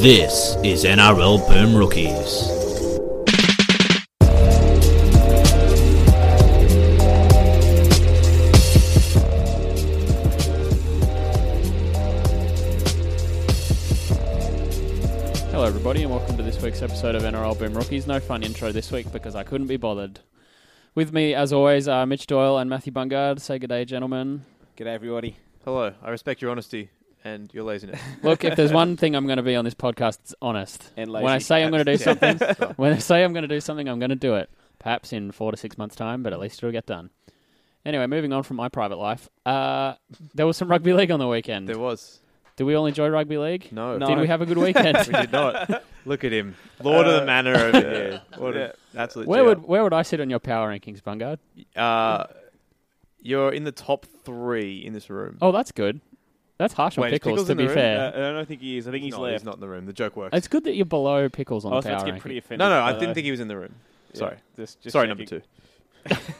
This is NRL Boom Rookies. Hello, everybody, and welcome to this week's episode of NRL Boom Rookies. No fun intro this week because I couldn't be bothered. With me, as always, are Mitch Doyle and Matthew Bungard. Say good day, gentlemen. G'day, everybody. Hello, I respect your honesty and your laziness. Look, if there's one thing I'm going to be on this podcast, it's honest. And lazy. When I say I'm going to do something, So, when I say I'm going to do something, I'm going to do it. Perhaps in four to six months' time, but at least it'll get done. Anyway, moving on from my private life, uh, there was some rugby league on the weekend. there was Did we all enjoy rugby league? no. No. Did we have a good weekend? we did not. Look at him, Lord Uh, of the Manor over here. What an absolute. where G would where would I sit on your power rankings, Bungard? up. uh, you're in the top three in this room? Oh, that's good. That's harsh on Wait, is pickles, Pickles to in the be room? fair. Uh, I don't think he is. I think he's no, left. he's not in the room. The joke works. It's good that you're below pickles Oh, on I was the about power to get ranking. pretty offended. no, no, I by didn't that. think he was in the room. Yeah, Sorry, Just, just sorry, number checking.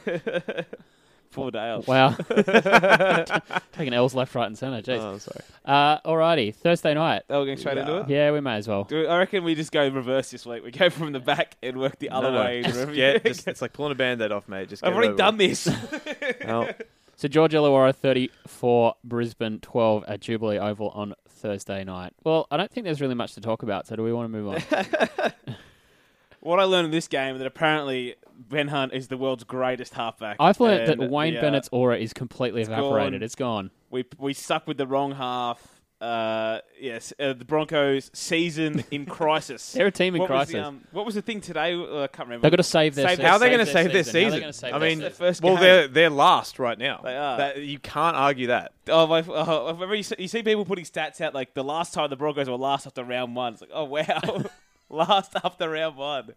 two. Poor Dale. Wow, taking L's left, right, and centre. Jeez. Oh, sorry. Uh, alrighty, Thursday night. Are we going straight into it? Yeah, we may as well. Do we- I reckon we just go reverse this week. We go from the back and work the other No, no, way. and just review. get- just- it's like pulling a band-aid off, mate. Just I've get already it over done with. this. Oh, So George Illawarra 34, Brisbane 12 at Jubilee Oval on Thursday night. Well, I don't think there's really much to talk about. So do we want to move on? what I learned in this game that apparently Ben Hunt is the world's greatest halfback. I've learned And that Wayne the, uh, Bennett's aura is completely evaporated. gone. It's gone. We we suck with the wrong half. Uh, yes, uh, the Broncos season in crisis. They're a team in what Was crisis. the, um, what was the thing today? Uh, I can't remember. They've got to save their. Save- se- How are they save going to save their How are they season? gonna save I their mean, That's season? their first well, game. they're they're last right now. They are. That- you can't argue that. Oh, I've, oh, I've already se- you see people putting stats out like the last time the Broncos were last after round one. It's like, oh wow, last after round one.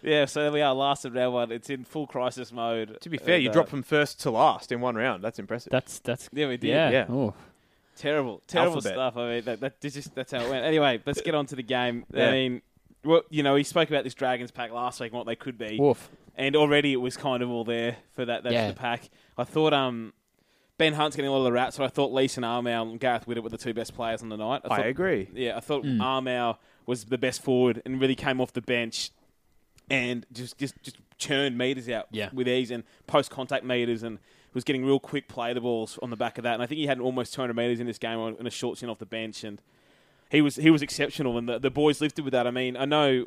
Yeah, so we are last in round one. It's in full crisis mode. To be fair, And, you uh, dropped from first to last in one round. That's impressive. That's that's Yeah, we did. yeah. yeah. Ooh. terrible, terrible Alphabet. stuff. I mean, that, that this is that's how it went. Anyway, let's get on to the game. I Yeah. mean, well, you know, we spoke about this Dragons pack last week and what they could be. Woof. and already it was kind of all there for that that Yeah. the pack. I thought um Ben Hunt's getting a lot of the rats, so I thought Leeson Armour and Gareth Widdop were the two best players on the night. I, I thought, agree. yeah, I thought Armour was the best forward and really came off the bench and just just just churned meters out Yeah. with ease and post contact meters and was getting real quick play the balls on the back of that. And I think he had almost 200 meters in this game on, in a short stint off the bench and he was he was exceptional, and the, the boys lifted with that. I mean, I know,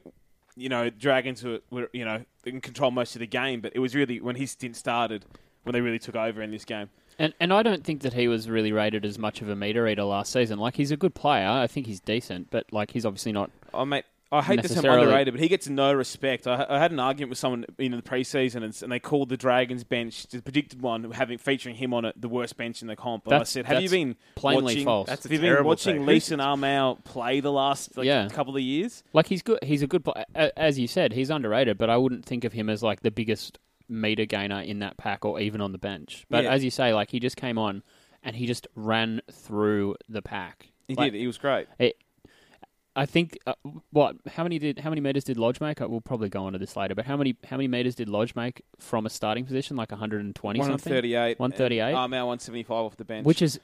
you know, Dragons were, were you know in control most of the game, but it was really when his stint started when they really took over in this game. And and I don't think that he was really rated as much of a meter eater last season. Like he's a good player. I think he's decent, but like he's obviously not. Oh mate, I hate this term Necessarily. underrated, but he gets no respect. I, I had an argument with someone in the preseason, and, and they called the Dragons bench, the predicted one, having featuring him on it, the worst bench in the comp. And I That's- said, have you that's been plainly watching, false. That's a have you been terrible watching take. Leeson Armau play the last like, Yeah. couple of years? Like he's good. He's a good player, as you said. He's underrated, but I wouldn't think of him as like the biggest meter gainer in that pack or even on the bench. But Yeah. as you say, like he just came on and he just ran through the pack. He Like, did. He was great. I think uh, what? How many did? How many meters did Lodge make? Uh, We'll probably go on to this later. But how many? How many meters did Lodge make from a starting position? Like 120 something, 138. 138? Armau 175 off the bench. which is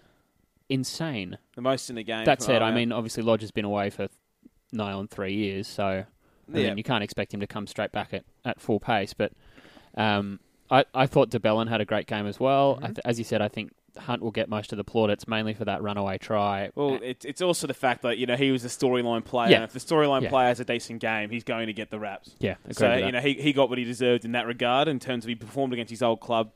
insane. the most in the game. That from said, I Armau. mean, obviously Lodge has been away for nigh on three years, so I Yeah. mean, you can't expect him to come straight back at, at full pace. But um, I, I thought DeBellin had a great game as well. Mm-hmm. I th- as you said, I think Hunt will get most of the plaudits, mainly for that runaway try. Uh, Well, it, it's also the fact that you know he was a storyline player. Yeah. And if the storyline Yeah. player has a decent game, he's going to get the raps. yeah, agree so with that. you know he, he got what he deserved in that regard in terms of he performed against his old club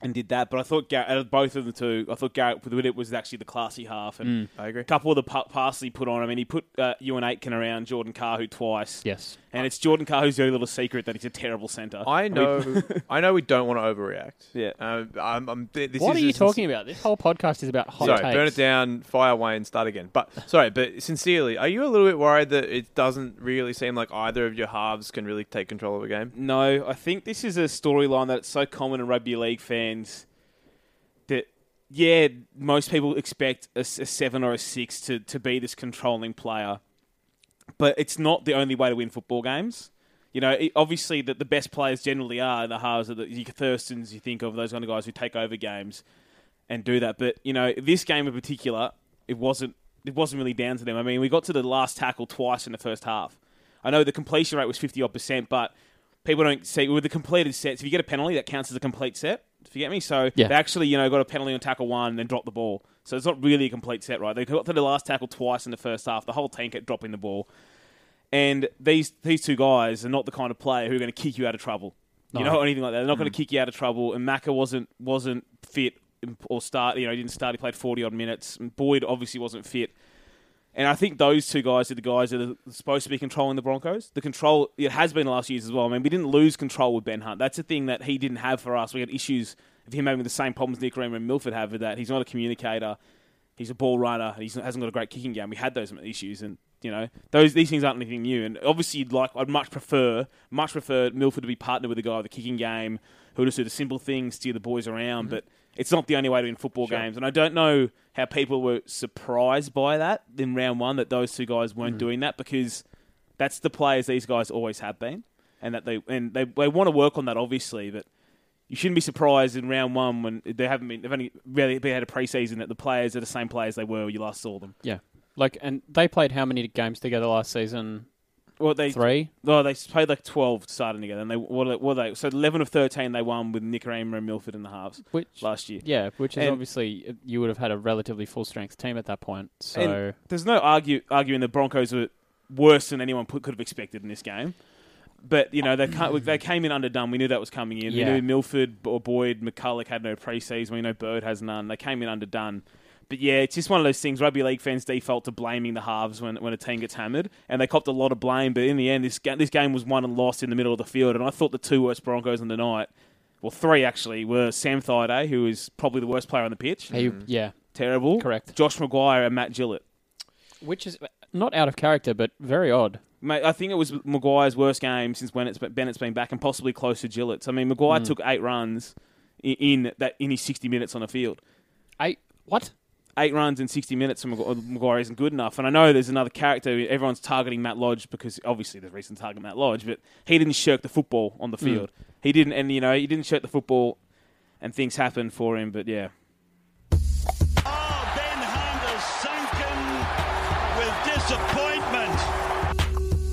and did that. But I thought Gar- out of both of the two, I thought Garrett Widdop was actually the classy half, and I agree. a couple of the pa- passes he put on. I mean, he put uh, Ewan Aitken around Jordan Carhu twice. yes, And it's Jordan Carhu's the only little secret that he's a terrible centre. I know. I know we don't want to overreact. Yeah. Um, I'm, I'm, th- this what is are a you sin- talking about? This whole podcast is about hot Sorry, takes. burn it down, fire away, and start again. But sorry, but sincerely, are you a little bit worried that it doesn't really seem like either of your halves can really take control of a game? No, I think this is a storyline that's so common in rugby league fans that, yeah, most people expect a, s- a seven or a six to, to be this controlling player. But it's not the only way to win football games. You know, it, obviously, that the best players generally are the halves, of the your Thurstons, you think of those kind of guys who take over games and do that. But, you know, this game in particular, it wasn't it wasn't really down to them. I mean, we got to the last tackle twice in the first half. I know the completion rate was 50 odd percent, but people don't see with the completed sets, if you get a penalty, that counts as a complete set. If you get me? So Yeah. they actually, you know, got a penalty on tackle one and then dropped the ball. So it's not really a complete set, right? They got to the last tackle twice in the first half. The whole team kept dropping the ball. And these these two guys are not the kind of player who are going to kick you out of trouble, you No. know, or anything like that. They're not going to kick you out of trouble. And Maka wasn't wasn't fit or start. You know, he didn't start. He played forty odd minutes. And Boyd obviously wasn't fit. And I think those two guys are the guys that are supposed to be controlling the Broncos. The control it has been the last years as well. I mean, we didn't lose control with Ben Hunt. That's the thing that he didn't have for us. We had issues of him having the same problems Nick Reamer and Milford have with that. He's not a communicator. He's a ball runner. He hasn't got a great kicking game. We had those issues, and you know those these things aren't anything new. And obviously, you'd like I'd much prefer much prefer Milford to be partnered with a guy with a kicking game who just do the simple things, steer the boys around. But it's not the only way to win football games. And I don't know how people were surprised by that in round one that those two guys weren't doing that because that's the players these guys always have been, and that they and they they want to work on that obviously, but you shouldn't be surprised in round one when they haven't been they've only really been had a preseason that the players are the same players they were when you last saw them. Yeah. Like, and they played how many games together last season? Well, they Three. no, they played like twelve starting together, and they what are- what are they so eleven of thirteen they won with Nick Raymer and Milford in the halves Which, last year. yeah, which is And- obviously uh, you would have had a relatively full strength team at that point. So And there's no argue arguing the Broncos were worse than anyone put, could have expected in this game. But you know they can't, they came in underdone. We knew that was coming in. Yeah. We knew Milford or Boyd McCulloch had no preseason. We know Bird has none. They came in underdone. But yeah, it's just one of those things. Rugby league fans default to blaming the halves when, when a team gets hammered, and they copped a lot of blame. But in the end, this ga- this game was won and lost in the middle of the field. And I thought the two worst Broncos on the night, well, three actually, were Sam Thaiday, who is probably the worst player on the pitch, he, yeah, terrible, Correct. Josh Maguire and Matt Gillett. which is not out of character, but very odd. Mate, I think it was Maguire's worst game since when it's Bennett's been back, and possibly close to Gillett's. I mean, Mm. Maguire took eight runs i- in that in his sixty minutes on the field. Eight. What? Eight runs in sixty minutes from Magu- Maguire isn't good enough. And I know there's another character. Everyone's targeting Matt Lodge because obviously there's reason to target Matt Lodge, but he didn't shirk the football on Mm. the field. He didn't, and you know, he didn't shirk the football, and things happened for him. But yeah, Oh, Ben Hunt is sunken with disappointment.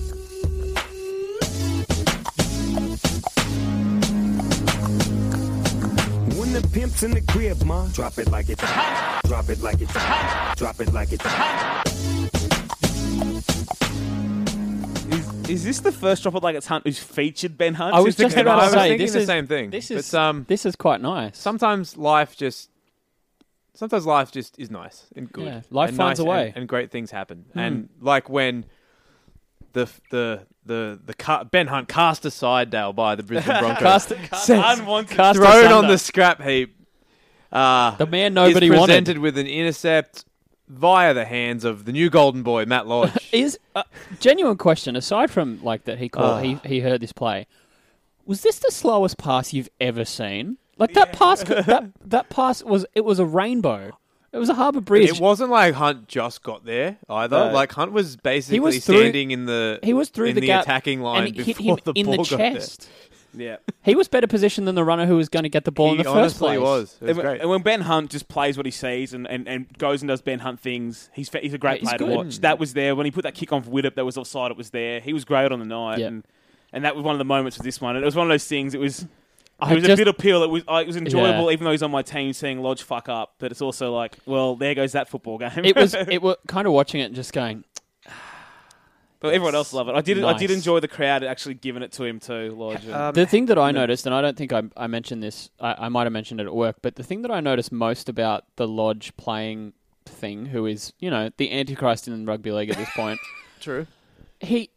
When the pimp's in the crib, ma, drop it like it's hot. Drop it like it's hot. Drop it like it's hot. is, is this the first drop it like it's Hunt who's featured Ben Hunt? I was since just the about I to was say thinking this the is same thing. This is But, um, this is quite nice. sometimes life just sometimes life just is nice and good. Yeah, life and finds nice a way. Hmm. and, and great things happen. And like when the f- the the the ca- Ben Hunt cast aside Dale by the Brisbane Broncos, cast, Unwanted. cast thrown on asunder. the scrap heap. Uh, The man nobody is wanted. presented with an intercept via the hands of the new golden boy Matt Lodge. Is uh, genuine question aside from like that he called he Ah. he heard this play. Was this the slowest pass you've ever seen? Like that pass that that pass was it was a rainbow. It was a Harbour Bridge. It wasn't like Hunt just got there either. No. like Hunt was basically was through- standing in the he was through in the, gap attacking line and it hit before him the in ball the got there. chest. yeah. He was better positioned than the runner who was going to get the ball in He the first honestly place. was. It was and, when- great. and when Ben Hunt just plays what he sees and, and, and goes and does Ben Hunt things, he's fa- he's a great Yeah, he's player to good. watch. That was there when he put that kick on for Widdup that was offside. It was there. He was great on the night, Yeah. and and that was one of the moments of this one. And it was one of those things. It was it I was just- a bit appeal. It was I it was enjoyable, even though he's on my team seeing Lodge fuck up. But it's also like, well, there goes that football game. it was it was kind of watching it and just going but everyone else loved it. I did I did Nice. enjoy the crowd actually giving it to him too, Lodge. And- The thing that I noticed, and I don't think I, I mentioned this, I, I might have mentioned it at work, but the thing that I noticed most about the Lodge playing thing, who is, you know, the Antichrist in rugby league at this point, True. he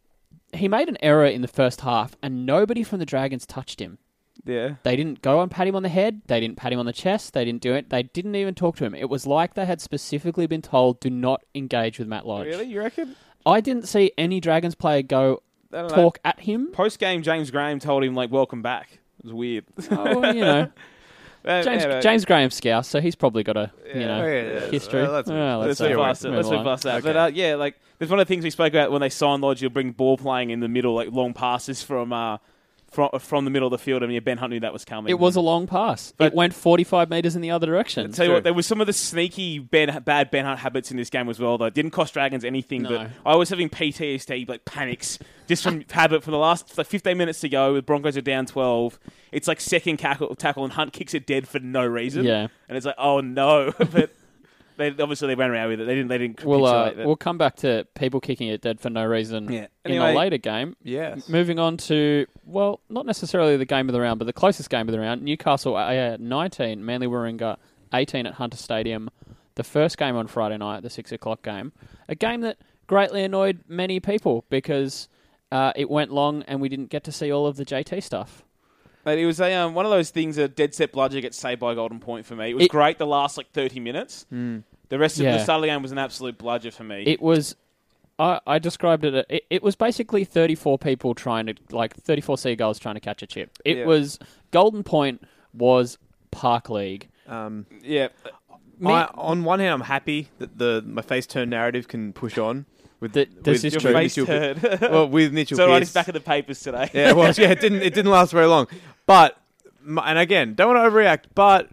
he made an error in the first half and nobody from the Dragons touched him. yeah. They didn't go and pat him on the head, they didn't pat him on the chest, they didn't do it, they didn't even talk to him. It was like they had specifically been told do not engage with Matt Lodge. Really, you reckon? I didn't see any Dragons player go I don't know. talk at him. Post game, James Graham told him like, "Welcome back." It was weird. Oh, well, you know. Uh, James, anyway. James Graham Scouse, so he's probably got a you oh, know yeah, yeah. history. Well, that's- Well, let's Let's move not past it. move Let's move on. past that. But uh, yeah, like there's one of the things we spoke about when they signed Lodge. You'll bring ball playing in the middle, like long passes from uh, from from the middle of the field. I mean, Ben Hunt knew that was coming. It was a long pass. But- it went 45 metres in the other direction. Tell you what, there was some of the sneaky ben, bad Ben Hunt habits in this game as well. Though it didn't cost Dragons anything, but No. I was having PTSD, like panics, just from habit for the last like 15 minutes to go. The Broncos are down 12. It's like second tackle, tackle and Hunt kicks it dead for no reason. Yeah. and it's like, oh no, but they obviously they ran around with it. They didn't. They didn't. We'll, uh, capitulate that. we'll come back to people kicking it dead for no reason Yeah. in Anyway- a later game. Yes. Moving on to, well, not necessarily the game of the round, but the closest game of the round. Newcastle uh, 19, Manly Warringah 18 at Hunter Stadium. The first game on Friday night, the 6 o'clock game. A game that greatly annoyed many people because uh, it went long and we didn't get to see all of the JT stuff. But it was a um, one of those things a dead set bludger gets saved by a golden point for me. It was It- great the last like thirty minutes. The rest of Yeah. the start of the game was an absolute bludger for me. It was. I, I described it, it. It was basically 34 people trying to, like, 34 seagulls trying to catch a chip. It Yeah. was. Golden Point was Park League. Um, yeah, I, on one hand, I'm happy that the my face turned narrative can push on with Th- this with, is with true. face Mitchell Pi- turd. so well, with Mitchell. right, Pearce. it's back in the papers today. yeah, it was. Yeah, it didn't. It didn't last very long. But m- and again, don't want to overreact. But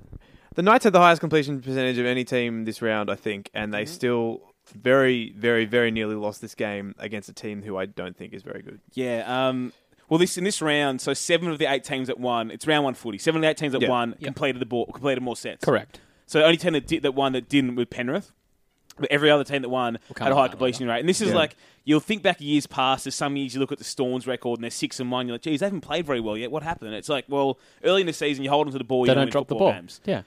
the Knights had the highest completion percentage of any team this round, I think, and Mm-hmm. they still very, very, very nearly lost this game against a team who I don't think is very good. Yeah. Um, well, this in this round, so seven of the eight teams that won. It's round one footy. Seven of the eight teams that Yeah. won completed the ball, completed more sets. Correct. So the only team that did, that won that didn't was Penrith. But every other team that won come had a on high to that completion rate. And this is like you'll think back years past. There's some years you look at the Storms record and they're six and one. You're like, geez, they haven't played very well yet. What happened? It's like, well, early in the season you hold them to the ball. They you don't win drop the football ball. Games. Yeah.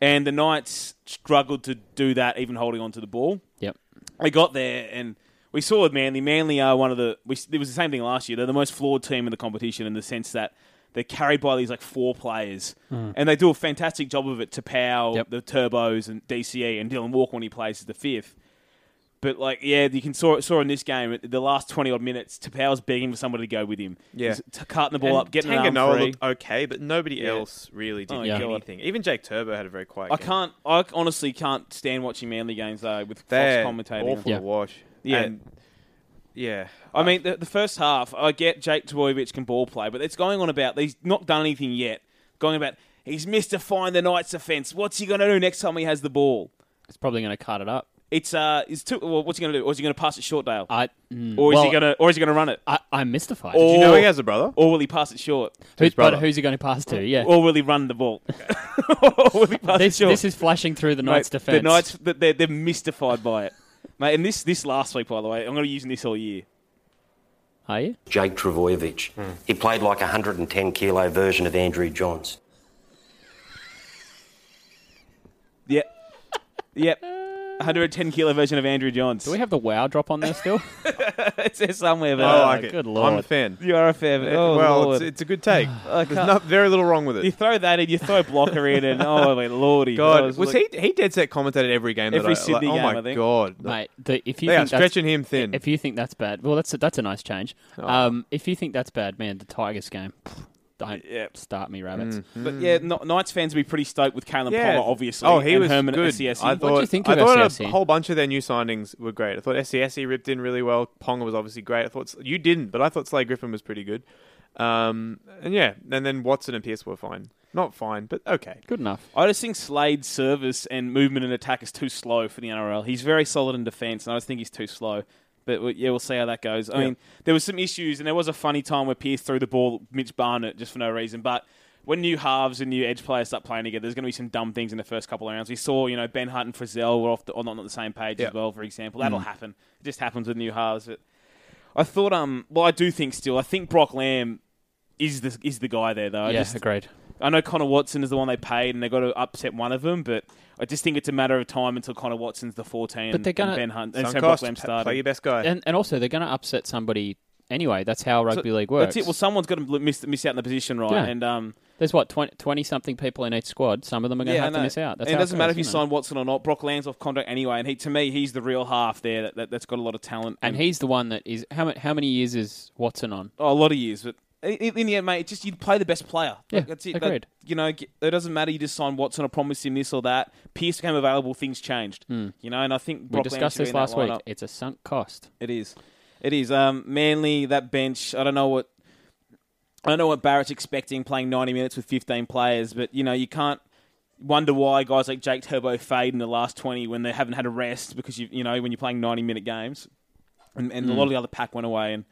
And the Knights struggled to do that, even holding on to the ball. Yep. We got there and we saw with Manly. Manly are one of the. We, it was the same thing last year. They're the most flawed team in the competition in the sense that they're carried by these like four players, Mm. and they do a fantastic job of it. To Powell, Yep. the Turbos, and DCE, and Dylan Walker when he plays as the fifth. But like, yeah, you can saw saw in this game the last twenty odd minutes. Tapau's begging for somebody to go with him. Yeah. He's t- carting the ball up, getting an arm Tanganoa free. looked okay, but nobody Yeah. else really did Oh, yeah. anything. Even Jake Turbo had a very quiet. I game. can't. I honestly can't stand watching Manly games though with They're Fox commentating. awful Yeah. to watch. Yeah. And- yeah. I mean, the, the first half, I get Jake Trbojevic can ball play, but it's going on about he's not done anything yet. Going about he's missed to find the Knights' defence. What's he going to do next time he has the ball? It's probably going to cut it up. It's uh, it's too. Well, what's he going to do? Or is he going to pass it short, Dale? I, mm, or is well, he going to? Or is he going to run it? I, I'm mystified. Or- Do you know he has a brother? Or will he pass it short? Who, his but brother. who's he going to pass to? Yeah. Or will he run the ball? or will he pass this, it short? this is flashing through the Mate, Knights' defence. The Knights, th- they're, they're mystified by it, mate. And this this last week, by the way, I'm going to be using this all year. Are you? Jake Travojevic. He played like a 110 kilo version of Andrew Johns. Yep, yep. 110 kilo version of Andrew Johns. Do we Oh, have the wow drop on there still? it's there somewhere, but Oh, uh, I like it. good I'm a lord. fan. You are a fan. Oh, Eh, well, Lord. it's, it's a good take. There's can't- not very little wrong with it. you throw that in, you throw blocker in, and oh my lordy, God, That was, he? He dead set commentated every game. Every that I, Sydney like, game, Oh my I think. God, Mate, the, if you they are think that's- stretching him thin. If you think that's bad, well, that's a, that's a nice change. Oh. Um, if you think that's bad, man, the Tigers game. pff, Don't Yep. start me, rabbits. But yeah, Kn- Knights fans would be pretty stoked with Kalen Hmm. yeah. Palmer, obviously. Oh, he and was Herman E good. SCSE. I do thought, you think I of thought E SCSE? a whole bunch of their new signings were great. I thought SCSE E ripped in really well. Ponga was obviously great. I thought S- you didn't, but I thought Slade Griffin was pretty good. Um, and yeah, and then Watson and Pierce were fine. Not fine, but okay. Good enough. I just think Slade's service and movement and attack is too slow for the NRL. He's very solid in defence, and I just think he's too slow. But we- yeah, we'll see how that goes. I mean, there was some issues, and there was a funny time where Pierce threw the ball at Mitch Barnett just for no reason. But when new halves and new edge players start playing together, there's going to be some dumb things in the first couple of rounds. We saw, you know, Ben Hunt and Frizzell were off the, on, on the same page Yeah. as well, for example. That'll happen. It just happens with new halves. But I thought, um, well, I do think still, I think Brock Lamb is the is the guy there though. I yeah, just- agreed. I know Connor Watson is the one they paid, and they got to upset one of them. But I just think it's a matter of time until Connor Watson's the fourteen, But they're gonna- and Ben Hunt and Sunk Sam Brock cost, Lamb p- started. Play your best guy. And, and also, they're going to upset somebody anyway. That's how rugby league works. That's it. Well, someone's got to miss miss out in the position, right? Yeah. And um, There's what 20, 20 something people in each squad. Some of them are going to I have to know. miss out. That's And how it doesn't goes, matter if you isn't it? sign Watson or not. Brock Lamb's off contract anyway, and he to me he's the real half there that, that that's got a lot of talent And he's the one that is how many how many years is Watson on? oh, a lot of years, but. i- i- In the end, mate, it's just you play the best player. Yeah, Like, that's it. Like, agreed. you know, g- it doesn't matter. You just sign Watson or promise him this or that. Pierce became available. Things changed. You know, and I think Hmm. We Brock Lamb discussed should be this in that last week. lineup. It's a sunk cost. It is. It is. Um, Manly, that bench, I don't know what. I don't know what Barrett's expecting playing 90 minutes with 15 players, but you know, you can't wonder why guys like Jake Turbo fade in the last 20 when they haven't had a rest because you you know, when you're playing 90 minute games. And, and a lot of the other pack went away and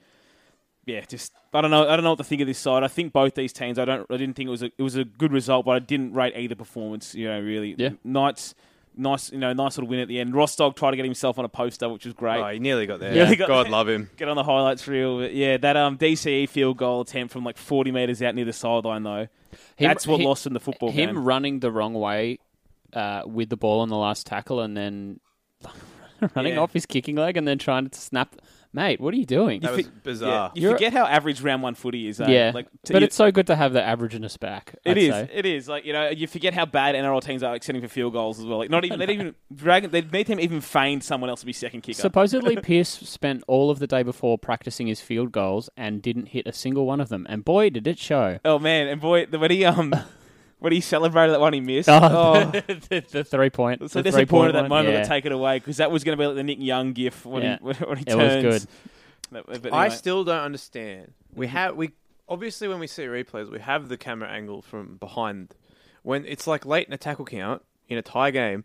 yeah, just I don't know. I don't know what to think of this side. I think both these teams. I don't. I didn't think it was a it was a good result, but I didn't rate either performance. You know, really. Yeah. Knights, nice. You know, nice little win at the end. Rostock tried to get himself on a poster, which was great. Oh, he nearly got there. Nearly got God there. love him. Get on the highlights reel. But yeah, that um DCE field goal attempt from like forty meters out near the sideline though. that's what he- lost in the football Him game. running the wrong way uh, with the ball on the last tackle and then running Yeah. off his kicking leg and then trying to snap. Mate, what are you doing? That was bizarre. Yeah, you You're- forget how average round one footy is. Eh? yeah, like, to but you- it's so good to have the averageness back. It I'd is. say. It is. Like you know, you forget how bad NRL teams are extending for field goals as well. Like not even they didn't even drag. They made him even feign someone else to be second kicker. Supposedly, Pierce spent all of the day before practicing his field goals and didn't hit a single one of them. And boy, did it show! oh man, and boy, the- when he um, when he celebrated that one he missed. Oh, the, the three point. So the three point disappointed at that one, moment yeah. to take it away because that was going to be like the Nick Young gif when Yeah. he when, he It was turns. good. That- but anyway. Mm-hmm. I still don't understand. We have we obviously when we see replays, we have the camera angle from behind. When it's like late in a tackle count in a tie game,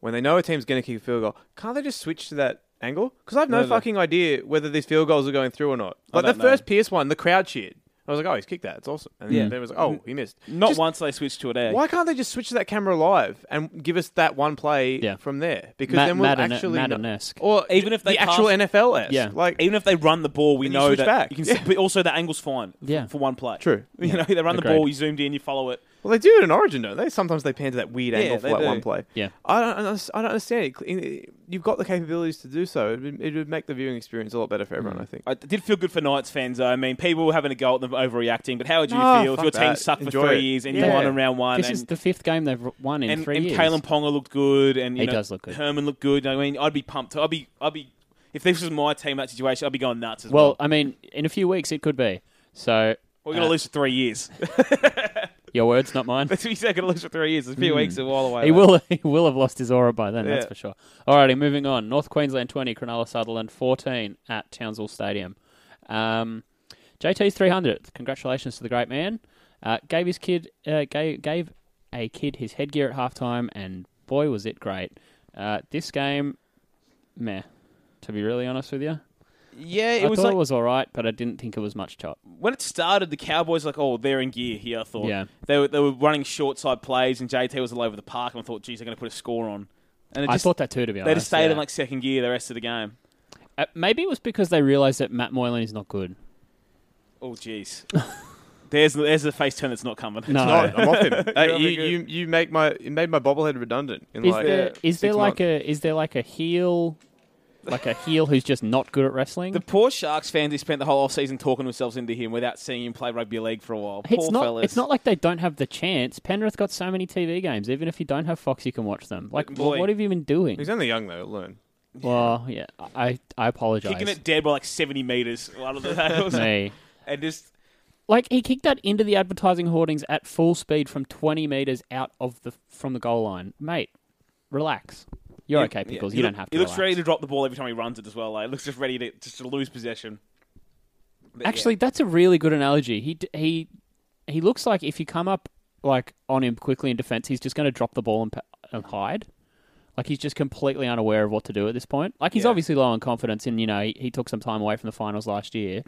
when they know a team's going to kick a field goal, can't they just switch to that angle? Because I have no, No, they- fucking idea whether these field goals are going through or not. Like the don't know. first Pierce one, the crowd cheered. I was like, oh, he's kicked that. It's awesome. And Yeah. then it was like, oh, he missed. not Just- once they switched to it. Eh? Why can't they just switch to that camera live and give us that one play Yeah. from there? Because Ma- then we'll Madden- actually know- Madden-esque. or Even if they the actual pass- NFL esque. Yeah. like Even if they run the ball, we And you know switch that back. you can. s- Yeah. But also, the angle's fine. f- Yeah. for one play. True. You know, they run the Agreed. ball. You zoomed in. You follow it. Well, they do it in Origin, don't they? Sometimes they pan to that weird angle for they that do. one play. Yeah. I don't, unders- I don't understand it. You've got the capabilities to do so. It would, it would make the viewing experience a lot better for everyone, I think. Mm. I did feel good for Knights fans, though. I mean, people were having a go at them for overreacting, but how would you No, feel if Ah, fuck your team that. sucked for Enjoy three it. years and you Yeah. won in round one? This and, is the fifth game they've won in and, three and years. Kalen Ponga looked good, and you He know, does look good. Herman looked good. I mean, I'd be pumped. I'd be, I'd be. If this was my team in that situation, I'd be going nuts as well. well, I mean, in a few weeks it could be. So we're going to uh, lose for three years. Your words, not mine. That's what you said. Going to lose for three years. It's a few hmm. weeks, a while away. He will he will have lost his aura by then, that's Yeah. for sure. Alrighty, moving on. North Queensland twenty, Cronulla Sutherland fourteen at Townsville Stadium. Um, JT's three hundredth. Congratulations to the great man. Uh, gave his kid uh, gave gave a kid his headgear at halftime, and boy was it great. Uh, this game, meh. To be really honest with you, Yeah, it I was thought like it was all right, but I didn't think it was much top. when it started, the Cowboys were like, oh, they're in gear here. I thought. Yeah. They were they were running short side plays, and JT was all over the park, and I thought, geez, they're going to put a score on. And it I just, thought that too, to be honest. they just stayed yeah. in like second gear the rest of the game. Uh, maybe it was because they realised that Matt Moylan is not good. Oh, jeez. there's there's a face turn that's not coming. No. No, I'm off him. Hey, You're you, really you, you make my you made my bobblehead redundant. In Is like there is six there like months. a is there like a heel like a heel who's just not good at wrestling? The poor Sharks fans who spent the whole offseason talking themselves into him without seeing him play rugby league for a while. it's poor not fellas. it's not like they don't have the chance. Penrith got so many TV games. Even if you don't have Fox, you can watch them. Like wh- Boy. what have you been doing? He's only young though. Learn. Well, yeah, I I apologize. kicking it dead by like seventy meters. Out of the tackles. Me. and just Like he kicked that into the advertising hoardings at full speed from 20 meters out of the from the goal line. Mate, relax. You're okay, Yeah, Pickles. he you look- don't have to. He looks relax. ready to drop the ball every time he runs it as well. Like, looks just ready to just to lose possession. But yeah. Actually, that's a really good analogy. He d- he he looks like if you come up like on him quickly in defense, he's just going to drop the ball and, pa- and hide. Like he's just completely unaware of what to do at this point. Like he's Yeah. obviously low on confidence, and you know he, he took some time away from the finals last year.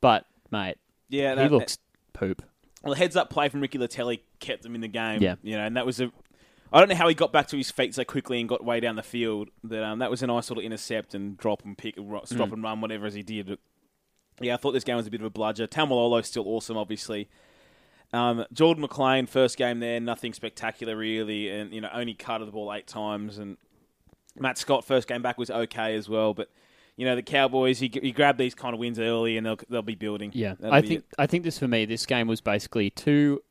but mate, yeah, he that- looks poop. Well, heads up play from Ricky Latelli kept them in the game. Yeah. you know, and that was a. I don't know how he got back to his feet so quickly and got way down the field. That um, that was a nice little intercept and drop and pick, ro- Mm. stop and run, whatever as he did. But yeah, I thought this game was a bit of a bludger. Tamalolo's still awesome, obviously. Um, Jordan McLean, first game there, nothing spectacular really, and you know only carted the ball eight times. And Matt Scott, first game back was okay as well, but you know the Cowboys, you, you grab these kind of wins early and they'll they'll be building. Yeah, That'll I be think it. I think this for me, this game was basically two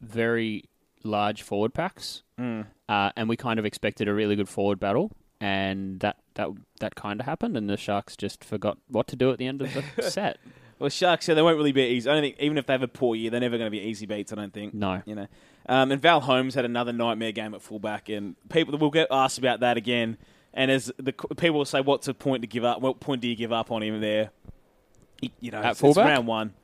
very large forward packs, Hmm. uh, and we kind of expected a really good forward battle, and that that that kind of happened, and the Sharks just forgot what to do at the end of the set. Well, Sharks, yeah, they won't really be easy. I don't think, even if they have a poor year, they're never going to be easy beats. I don't think. No. you know. Um, and Val Holmes had another nightmare game at fullback, and people will get asked about that again. And as the qu- people will say, "What's the point to give up? What point do you give up on him there?" You know, it's, it's fullback? round one.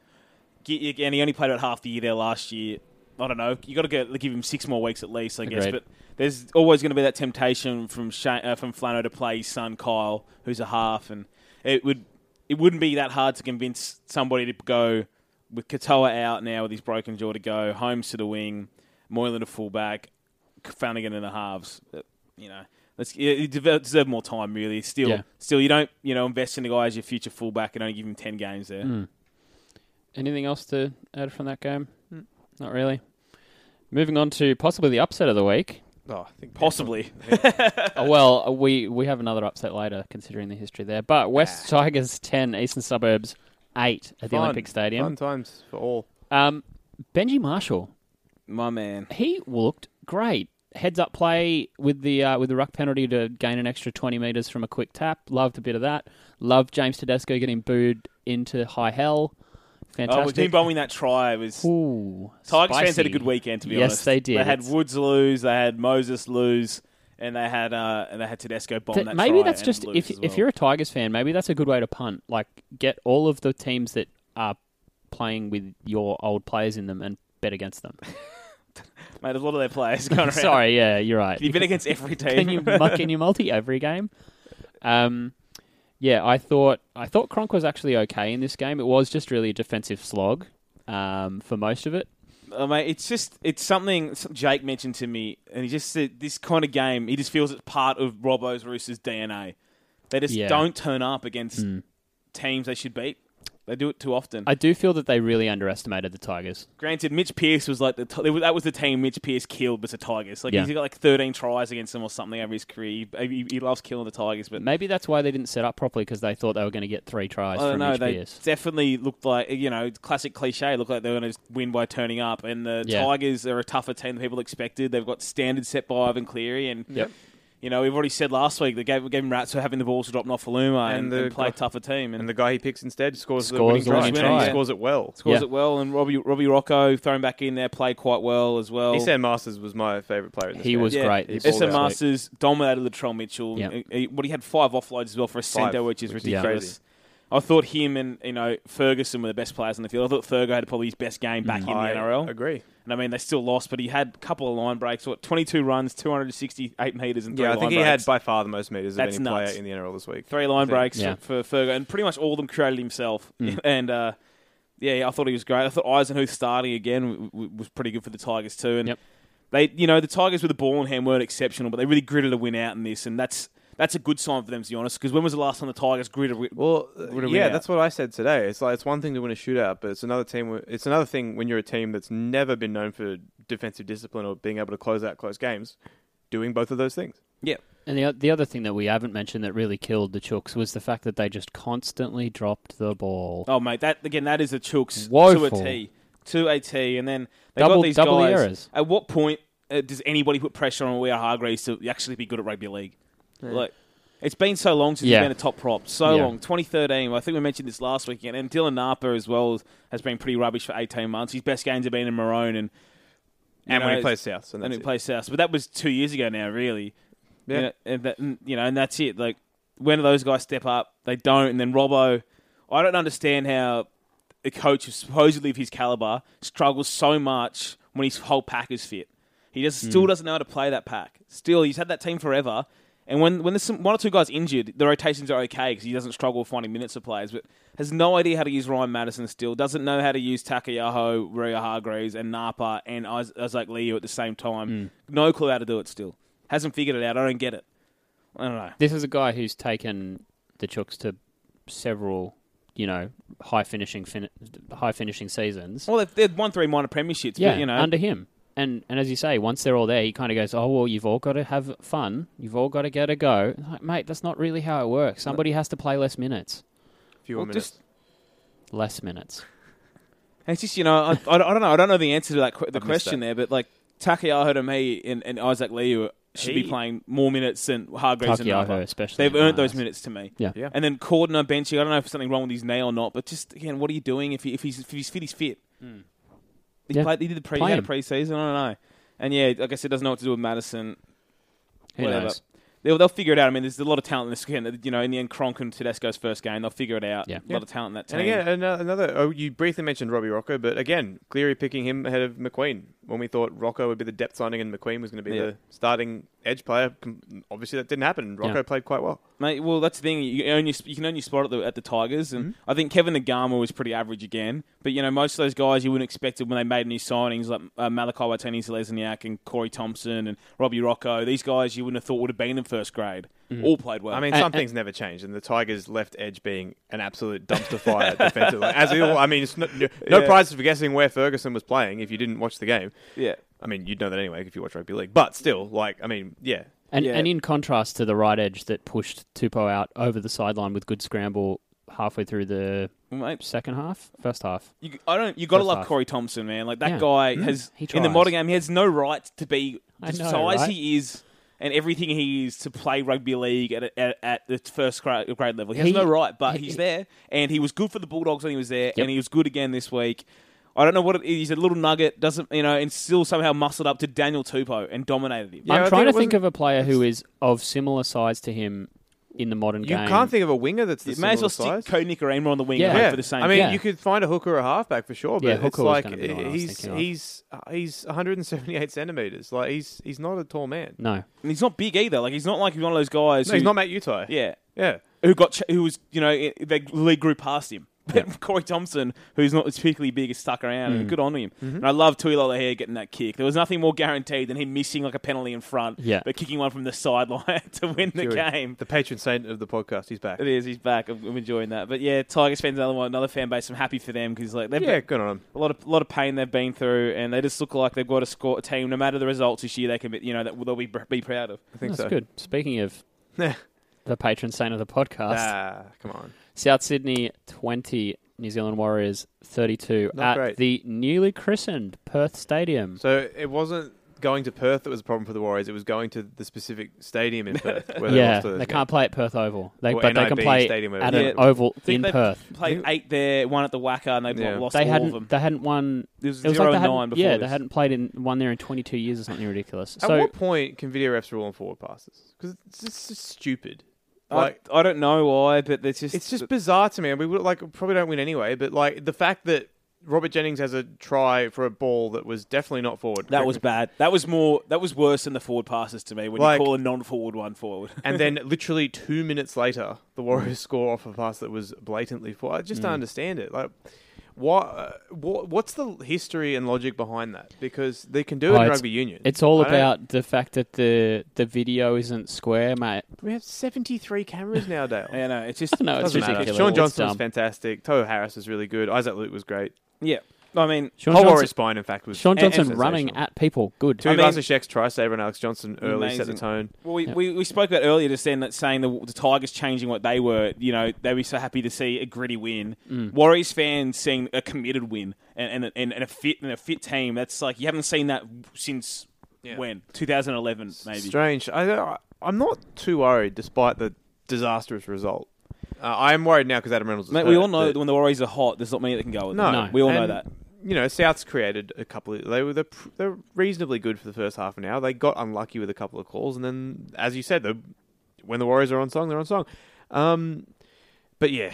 Get, and he only played about half the year there last year. I don't know. You got to give him six more weeks at least, I guess. Agreed. But there's always going to be that temptation from Shane, uh, from Flano to play his son Kyle, who's a half, and it would it wouldn't be that hard to convince somebody to go with Katoa out now with his broken jaw to go Holmes to the wing, Moylan to fullback, Flanagan in the halves. But, you know, let's you deserve deserve more time. Really, still, Yeah. still, you don't you know invest in the guy as your future fullback and only give him ten games there. Mm. Anything else to add from that game? Not really. Moving on to possibly the upset of the week. Oh, I think Possibly, Uh, well, uh, we we have another upset later, considering the history there. But West Tigers ten, Eastern Suburbs eight at the Ah. Fun. Olympic Fun Stadium. times for all. Um, Benji Marshall, my man. he looked great. Heads up play with the uh, with the ruck penalty to gain an extra twenty meters from a quick tap. Loved a bit of that. Loved James Tedesco getting booed into high hell. Oh, with him Fantastic. bowing that try was Ooh, Tigers fans had a spicy. good weekend, to be yes, honest. they did. They had It's- Woods lose, they had Moses lose, and they had uh, and they had Tedesco bomb Th- that. maybe try that's and just lose if as if well. you're a Tigers fan, maybe that's a good way to punt. Like get all of the teams that are playing with your old players in them and bet against them. mate, there's a lot of their players going around. Sorry, yeah, you're right. you've been against every team. can you mu- can you multi every game? Um, yeah, I thought I thought Cronk was actually okay in this game. It was just really a defensive slog um, for most of it. Oh, mate, it's just it's something some- Jake mentioned to me, and he just said this kind of game. He just feels it's part of Robbo's Roosters DNA. They just Yeah. Mm. don't turn up against teams they should beat. They do it too often. I do feel that they really underestimated the Tigers. Granted, Mitch Pearce was like the t- that was the team Mitch Pearce killed was the Tigers. Like Yeah. he's got like thirteen tries against them or something over his career. He, he, he loves killing the Tigers, but Maybe that's why they didn't set up properly because they thought they were going to get three tries I don't from know. each They Pierce. definitely looked like you know classic cliche. Looked like they were going to win by turning up. And the Yeah. Tigers are a tougher team than people expected. They've got standards set by Ivan Cleary, and Yep. you know we've already said last week they gave, gave him rats for having the balls to drop Nofaluma and, And and, the play a gr- tougher team. And the guy he picks instead scores, the Scores winning the try. winning try. He scores it well. scores Yeah. it well. And Robbie Robbie Rocco thrown back in there played quite well as well. He said Masters was my favourite player in this He game. was great. this he week. balled Essen out. Masters dominated Latrell Mitchell. Yeah. He, what he had five offloads as well for a Five, centre, which is which is ridiculous. I thought him and you know Ferguson were the best players on the field. I thought Fergo had probably his best game back in the Mm. I NRL. agree. And I mean they still lost, but he had a couple of line breaks. What twenty two runs, two hundred and sixty eight meters, and three Yeah, I line think he breaks. had by far the most metres of That's any nuts. player in the NRL this week. three line I think. breaks Yeah. Mm. for Fergo, and pretty much all of them created himself. And uh, yeah, yeah, I thought he was great. I thought Eisenhuth starting again w- w- was pretty good for the Tigers too. And Yep. they, you know, the Tigers with the ball in hand weren't exceptional, but they really gritted a win out in this, and that's that's a good sign for them to be honest. Because when was the last time the Tigers gritted? a wi- Well, What are we yeah, at? that's what I said today. It's like it's one thing to win a shootout, but it's another team. wh- It's another thing when you're a team that's never been known for defensive discipline or being able to close out close games, doing both of those things. Yeah, And the, o- the other thing that we haven't mentioned that really killed the Chooks was the fact that they just constantly dropped the ball. Oh mate, that again, that is a chooks Woeful. to a T, to a T, and then they Double- got these double guys. errors. At what point uh, does anybody put pressure on Wea Hargreaves to actually be good at rugby league? Like, it's been so long since Yeah. he's been a top prop. So Yeah. long, 2013. I think we mentioned this last weekend. And Dylan Napa as well has been pretty rubbish for 18 months. His best games have been in Maroon and you And know, when he it's- plays South, and, and that's he it. plays South. But that was two years ago now, really. Yeah. You know, and that, and, you know, and that's it. Like, when do those guys step up? They don't. And then Robbo, I don't understand how a coach, supposedly of his caliber, struggles so much when his whole pack is fit. He just Hmm. still doesn't know how to play that pack. Still, he's had that team forever. And when, when there's some, one or two guys injured, the rotations are okay because he doesn't struggle finding minutes of players, but has no idea how to use Ryan Madison still, doesn't know how to use Takayaho, Ria Hargreaves, and Napa and Is- Isaac Liu at the same time. Hmm. No clue how to do it still. Hasn't figured it out. I don't get it. I don't know. This is a guy who's taken the Chooks to several, you know, high finishing fin- high finishing seasons. Well, they've, they've won three minor premierships, yeah, but, you know. under him. And and as you say, once they're all there, he kind of goes, "Oh well, you've all got to have fun. You've all got to get a go." Like, Mate, that's not really how it works. Somebody has to play less minutes. Fewer well, minutes. just- Less minutes. And It's just you know I, I, I don't know I don't know the answer to that que- the missed question there, but like Takiyaho to me and, and Isaac Liu should be He- playing more minutes than Hargreaves and Takiyaho Nava. especially, They've and earned those Navas. minutes to me. Yeah. Yeah. And then Cordner, Benchy, I don't know if something wrong with his knee or not, but just again, what are you doing if, he, if he's if he's fit, he's fit. He Yeah. played. He did the pre. Play He had a him. preseason. I don't know. And yeah, like I said, doesn't know what to do with Madison. Who Whatever. knows? They'll, they'll figure it out. I mean, there's a lot of talent in this game. You know, in the end, Cronk and Tedesco's first game, they'll figure it out. Yeah. A lot of talent in that team. And again, ano- another. Oh, you briefly mentioned Robbie Rocco, but again, Cleary picking him ahead of McQueen when we thought Rocco would be the depth signing and McQueen was going to be Yeah. the starting edge player. Com- Obviously, that didn't happen. Rocco Yeah. played quite well. Mate, well, that's the thing. You, only, you can only spot at the, at the Tigers, and Mm-hmm. I think Kevin Nagama was pretty average again. But you know, most of those guys you wouldn't expect it when they made new signings, like uh, Malachi Watani Lesniak and Corey Thompson and Robbie Rocco. These guys you wouldn't have thought would have been in first grade. All played well. Mm-hmm. I mean, And- some and- things never changed, and the Tigers' left edge being an absolute dumpster fire defensively. As we all, I mean, it's no, no Yeah. prizes for guessing where Ferguson was playing if you didn't watch the game. yeah, I mean, you'd know that anyway if you watch rugby league. But still, like, I mean, yeah, And, Yeah. and in contrast to the right edge that pushed Tupou out over the sideline with good scramble halfway through the Well, mate, second half, first half. You, I don't. You got to First love half. Corey Thompson, man. Like that Yeah. guy has He in the tries. modern game, he has no right to be I the know, size right? he is and everything he is to play rugby league at, a- at, at the first gra- grade level. He has He- no right, but he- he's there, and he was good for the Bulldogs when he was there, Yep. and he was good again this week. I don't know what it is. He's a little nugget, doesn't you know, and still somehow muscled up to Daniel Tupou and dominated him. Yeah, I I'm trying think to it think of a player who is of similar size to him in the modern you game. can't think of a winger that's the You may as well similar stick size. Cody Nicaragua on the wing Yeah. and hope Yeah. for the same. I mean, thing. Yeah. you could find a hooker or a halfback for sure, but Yeah, it's hooker was like gonna be the one I was he's thinking of. he's uh, he's 178 centimeters. Like he's he's not a tall man. No. and he's not big either. Like he's not like one of those guys. No, who, he's not Matt Utai. Yeah, yeah. who got ch- who was you know i- the league grew past him. But Corey Thompson, who's not particularly big, is stuck around, Mm. and good on him. Mm-hmm. And I love Tui Hair getting that kick. There was nothing more guaranteed than him missing like a penalty in front, Yeah. but kicking one from the sideline to win the Fury. game. The patron saint of the podcast. He's back. It is. He's back. I'm, I'm enjoying that. But yeah, Tigers fans, another one, another fan base. I'm happy for them because like they've Yeah, been good on him. a lot of a lot of pain they've been through, and they just look like they've got a score a team. No matter the results this year, they can be you know that they'll be be proud of. I think That's so. good. Speaking of the patron saint of the podcast, Ah, come on. South Sydney 20, New Zealand Warriors 32 Not at great. the newly christened Perth Stadium. So it wasn't going to Perth that was a problem for the Warriors. It was going to the specific stadium in Perth. Where they yeah, lost to they those can't play at Perth Oval, they, Or but they can NIB play Stadium, at whatever. an Yeah. oval I think in they've Perth. played eight there, one at the Wacker, and they Yeah. lost They all of them. hadn't. They hadn't won. It was It was like they 0-9 hadn't, before yeah, they this. hadn't played in one there in 22 years or something ridiculous. At so what point can video refs rule on forward passes? Because it's just it's stupid. Like I, I don't know why, but it's just it's just bizarre to me. And we would like probably don't win anyway, but like the fact that Robert Jennings has a try for a ball that was definitely not forward. that was bad. That was more that was worse than the forward passes to me when Like- you call a non-forward one forward. and then literally two minutes later, the Warriors score off a pass that was blatantly for. I just don't Mm. understand it. Like, what, uh, what, what's the history and logic behind that? Because they can do Oh, it in it's- rugby union. It's all I don't- about the fact that the the video isn't square, mate. We have seventy-three cameras now, Dale. yeah, no, it's just No, it's Doesn't ridiculous. matter. It's Sean Johnson was dumb. fantastic. Toho Harris was really good. Isaac Luke was great. yeah. I mean, Sean Whole Johnson- Warriors spine, in fact, was Sean a- and Johnson running sensational. at people. Good. Tui I mean- Vasashek's try saver and Alex Johnson early set the Amazing. tone. well, we, Yep. we, we spoke about earlier just then that saying the, the Tigers changing what they were. You know, they were so happy to see a gritty win. Mm. Warriors fans seeing a committed win and and, and, and a fit and a fit team. That's like you haven't seen that since when 2011 maybe. Strange. I, don't- I'm not too worried, despite the disastrous result. Uh, I am worried now because Adam Reynolds. Is Mate, we hurt, all know but- that when the Warriors are hot, there's not many that can go with No, them. we all know And, that. You know, South's created a couple of they were they're, pr- they're reasonably good for the first half an hour. They got unlucky with a couple of calls, and then as you said, the when the Warriors are on song, they're on song. Um, but yeah,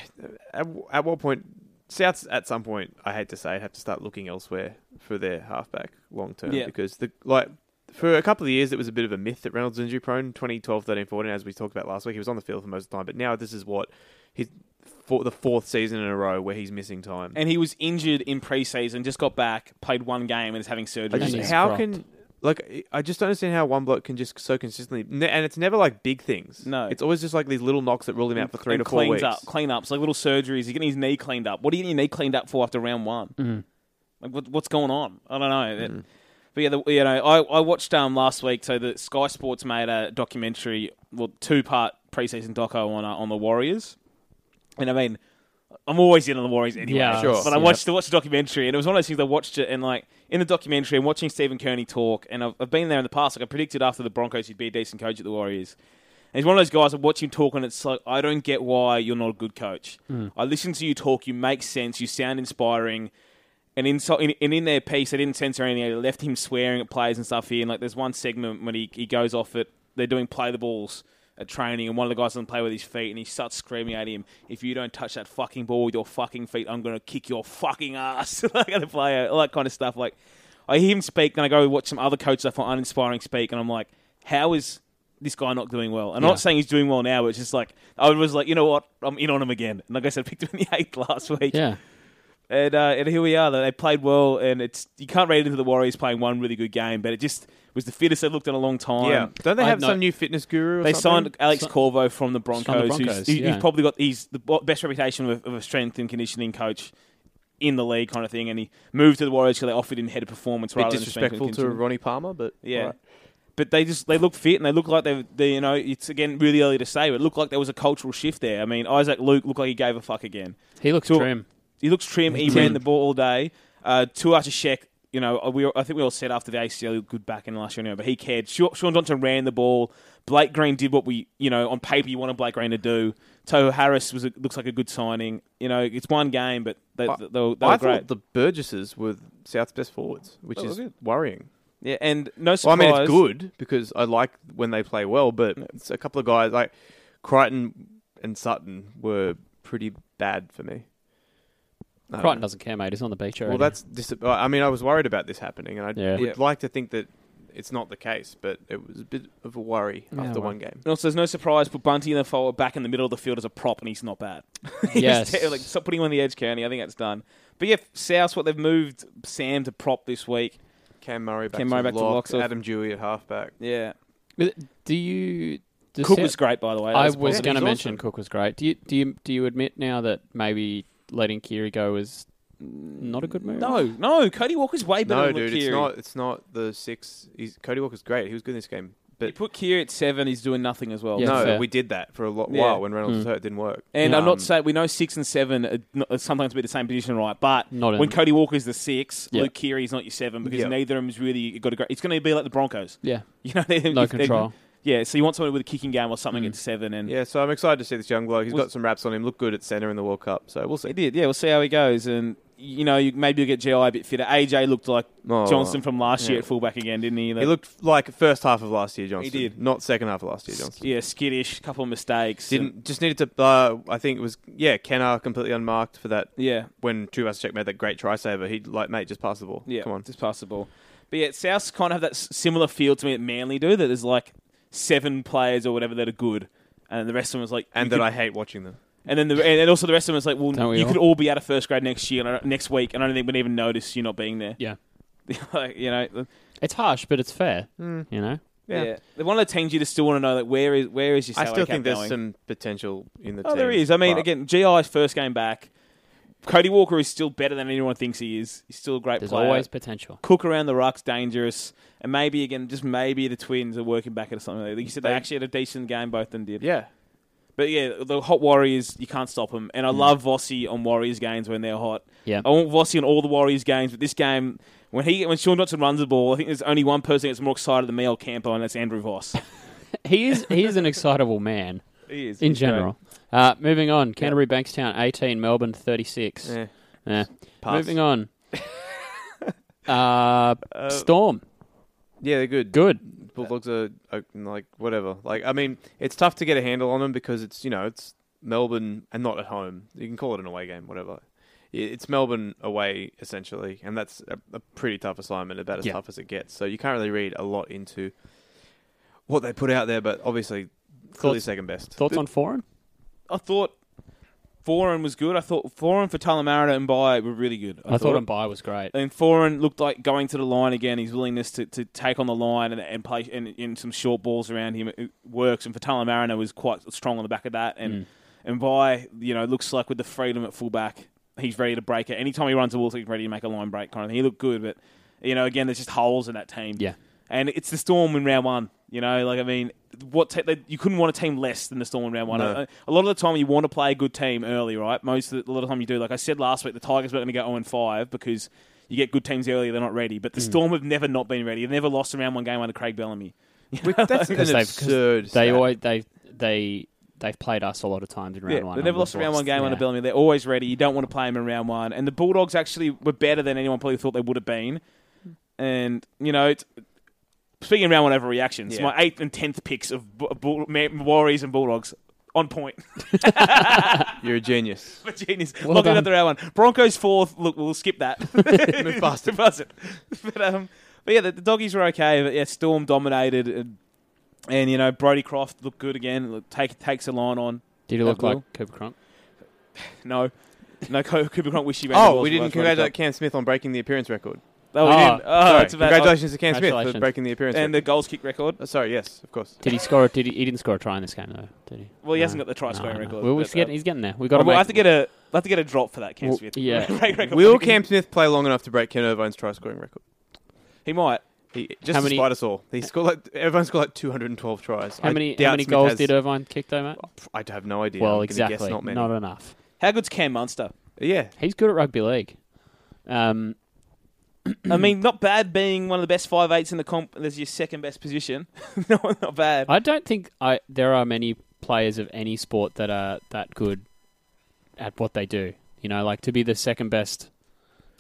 at, w- at what point? South's at some point, I hate to say, it, have to start looking elsewhere for their halfback long term Yeah. because the like for a couple of years it was a bit of a myth that Reynolds was injury prone. 2012, 13, 14, as we talked about last week, he was on the field for most of the time. But now this is what his for the fourth season in a row where he's missing time. and he was injured in preseason, just got back, played one game, and is having surgery. I just, And he's how cropped. can like I just don't understand how one bloke can just so consistently ne- and it's never like big things. No. it's always just like these little knocks that rule him out for three and to four cleans weeks. up, clean ups, like little surgeries. He's getting his knee cleaned up. What do you need your knee cleaned up for after round one? Mm-hmm. Like, what, what's going on? I don't know. It- Mm. But yeah, the, you know, I, I watched um last week. So the Sky Sports made a documentary, well, two part preseason doco on uh, on the Warriors, and I mean. I'm always in on the Warriors anyway. Yeah, Sure. But I watched the watched the documentary, and it was one of those things I watched it, and like in the documentary, I'm watching Stephen Kearney talk, and I've, I've been there in the past. Like I predicted after the Broncos, he'd be a decent coach at the Warriors. And he's one of those guys I watch him talk, and it's like I don't get why you're not a good coach. I listen to you talk; you make sense, you sound inspiring. And in, so, in and in their piece, they didn't censor anything. They left him swearing at players and stuff here. And like, there's one segment when he, he goes off it. They're doing play the balls at training, and one of the guys doesn't play with his feet, and he starts screaming at him, "If you don't touch that fucking ball with your fucking feet, I'm gonna kick your fucking ass!" like at the player, all that kind of stuff. Like I hear him speak, and I go watch some other coaches I find uninspiring speak, and I'm like, "How is this guy not doing well?" And I'm Yeah. not saying he's doing well now, but it's just like I was like, you know what, I'm in on him again. And like I said, I picked him in the eighth last week Yeah. and uh, and here we are. They played well, and it's you can't read into the Warriors playing one really good game, but it just was the fittest they've looked in a long time. Yeah. Don't they I have know- some new fitness guru? Or They something? signed Alex Son- Corvo from the Broncos, Broncos, who's, he- yeah. he's probably got he's the bo- best reputation of, of a strength and conditioning coach in the league, kind of thing. And he moved to the Warriors because they offered him head of performance bit rather than strength and disrespectful to conditioning. Ronnie Palmer, but Yeah. alright. But they just they look fit and they look like they, they you know it's again really early to say, but it looked like there was a cultural shift there. I mean Isaac Luke looked like he gave a fuck again. He looks So- trim. He looks trim. He ran the ball all day. Uh, Tuatha Sheck, you know, we, I think we all said after the ACL, he was good back in last year anyway, but he cared. Sean, Sean Johnson ran the ball. Blake Green did what we, you know, on paper you wanted Blake Green to do. Toho Harris was a, looks like a good signing. You know, it's one game, but they, they, I- they, were- they I were thought great. the Burgesses were South's best forwards, which Oh, is good. worrying. yeah, and no Well, I surprise. mean, it's good because I like when they play well, but it's a couple of guys like Crichton and Sutton were pretty bad for me. I don't Crichton know. doesn't care, mate. He's on the beach already. Well, that's dis- I mean, I was worried about this happening, and I Yeah. would Yeah. like to think that it's not the case, but it was a bit of a worry Yeah, after well. one game. And also, there's no surprise, put Bunty in the forward back in the middle of the field as a prop, and he's not bad. He's Yes. ter- like, stop putting him on the edge, Kearney. I think that's done. But yeah, South, what they've moved Sam to prop this week. Cam Murray back, Cam to, Murray back to lock, lock, so- Adam Dewey at halfback. Yeah. Uh, Do you? does Cook Sa- was great, by the way. That I was was positive. going to He's mention awesome. Cook was great. Do you do you do you admit now that maybe letting Kiri go was not a good move? No, no, Cody Walker's way better No, than dude, Lakiri. it's not. It's not the six. He's, Cody Walker's great. He was good in this game, You but put Kier at seven, he's doing nothing as well. Yeah, no, fair. we did that for a lot Yeah. while when Reynolds was hurt. It didn't work. Hmm. And I'm Um, not saying we know six and seven are not- are sometimes be the same position, right? But Not in- when Cody Walker's the six, Yeah. Luke Keary is not your seven because Yeah. neither of them's really got a great. It's going to be like the Broncos. Yeah. You know, they, No if they- control. Mm. Yeah, so you want someone with a kicking game or something at seven, and Yeah, so I'm excited to see this young bloke. He's Was- got some raps on him. Looked good at centre in the World Cup, so we'll he see. did. Yeah, we'll see how he goes, and you know, you, maybe you'll get Gi a bit fitter. AJ looked like Oh, Johnson from last year yeah. at fullback again, didn't he? He looked like first half of last year, Johnson. did. not second half of last year, Johnson. yeah skittish, couple of mistakes. and- Didn't just needed to. Uh, I think it was yeah. Kenner completely unmarked for that. yeah. When Tuivasa-Sheck made that great try saver, he like mate just pass the ball. Yeah, come on. just pass the ball. But yeah, South kind of have that s- similar feel to me at Manly do. That there's like seven players or whatever that are good, and the rest of them is like, And you that could- I hate watching them. and then the, and and also the rest of them is like, Don't well, we you all? could all be out of first grade next year, and I don't- next week, and I don't think we'd even notice you not being there. Yeah. like, you know, the- It's harsh, but it's fair. You know. yeah. Yeah. The one of the teams you just still want to know, like, where is where is your? I salary still cap think there's going? some potential in the Oh, team. there is. I mean, but- again, GI's first game back. Cody Walker is still better than anyone thinks he is. He's still a great There's player. always potential. Cook around the rucks dangerous, and maybe again, just maybe the Twins are working back at something. Like you said, they They- actually had a decent game, both of them did. yeah. But yeah, the hot Warriors, you can't stop them. Mm. And I love Vossi on Warriors games when they're hot. Yeah. I want Vossi on all the Warriors games, but this game, when he when Sean Johnson runs the ball, I think there's only one person that's more excited than me, El Campo, and that's Andrew Voss. He is he is an excitable man he is in general. Uh, moving on, Canterbury Bankstown 18, Melbourne 36. Yeah. Yeah. Pass. Moving on. uh, Storm, Yeah, they're good. good. Bulldogs are are, like whatever. Like I mean, it's tough to get a handle on them because it's you know it's Melbourne and not at home. You can call it an away game, whatever. I- It's Melbourne away essentially, and that's a, a pretty tough assignment, about as Yeah. tough as it gets. So you can't really read a lot into what they put out there, but obviously clearly Thoughts- second best. Thoughts on foreign? I thought Foreign was good. I thought Foreign for Talamarina and Bai were really good. I thought Mbai was great. And Foreign looked like going to the line again. His willingness to, to take on the line and, and play and, and some short balls around him it works. And Fatala Mariner was quite strong on the back of that. And and by you know looks like with the freedom at fullback, he's ready to break it. Anytime he runs the ball, he's ready to make a line break kind of thing. He looked good, but you know again, there's just holes in that team. Yeah. And it's the Storm in round one. You know, like I mean, what te- they, you couldn't want a team less than the Storm in round one. No. A, a lot of the time, you want to play a good team early, right? Most of the, a lot of the time, you do. Like I said last week, the Tigers were going to go 0 5 because you get good teams early, they're not ready. But the Storm have never not been ready. They've never lost around one game under Craig Bellamy. Which- that's an 'Cause they've- 'cause absurd. They stat. always they they they've played us a lot of times in round one. They've never lost around one game on under Bellamy. They're always ready. You don't want to play them in round one. And the Bulldogs actually were better than anyone probably thought they would have been. And you know, it's, Speaking of round one overreactions, Yeah. my eighth and tenth picks of bu- bull, ma- Warriors and Bulldogs on point. You're a genius. But genius. Well Lock it done. another round one. Broncos fourth. Look, we'll skip that. Move past it. But, um, but yeah, the, the doggies were okay. But yeah, Storm dominated, and, and you know Brody Croft looked good again. Look, take takes a line on. Did he look Will? like Cooper Cronk? No. No, Co- Cooper Cronk wish he ran the Oh, world's we didn't most World congratulate Cup. Cam Smith on breaking the appearance record. Oh, we Oh, didn't. Oh, Sorry. it's about- Congratulations to Cam Smith for Congratulations. breaking the appearance And the record. goals kick record. Oh, sorry, yes, of course. Did he score? Did he? He didn't score a try in this game though. Did he? Well, he hasn't got the try scoring record, Well, but, we're uh, getting, he's getting there. We got We'll to make. have to get a we'll have to get a drop for that Cam Well, Smith. yeah. Break record. Will Cam Smith play long enough to break Ken Irvine's try scoring record? He might. He, just How to many- spite us all. He scored like everyone scored like 212 tries. how I many? How doubt many Smith goals has- did Irvine kick though, mate? I have no idea. I'm well, gonna exactly. Guess not many. enough. How good's Cam Munster? Yeah, He's good at rugby league. Um, I mean, not bad being one of the best five eights in the comp. There's your second best position. no, not bad. I don't think I there are many players of any sport that are that good at what they do. You know, like to be the second best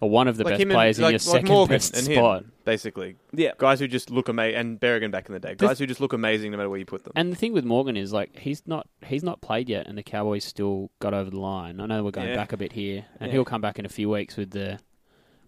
or one of the best players in your second Morgan best and him, spot. basically. Yeah. guys who just look amazing, and Berrigan back in the day, The- guys who just look amazing no matter where you put them. And the thing with Morgan is like he's not he's not played yet, and the Cowboys still got over the line. I know we're going Yeah. back a bit here, and Yeah. he'll come back in a few weeks with the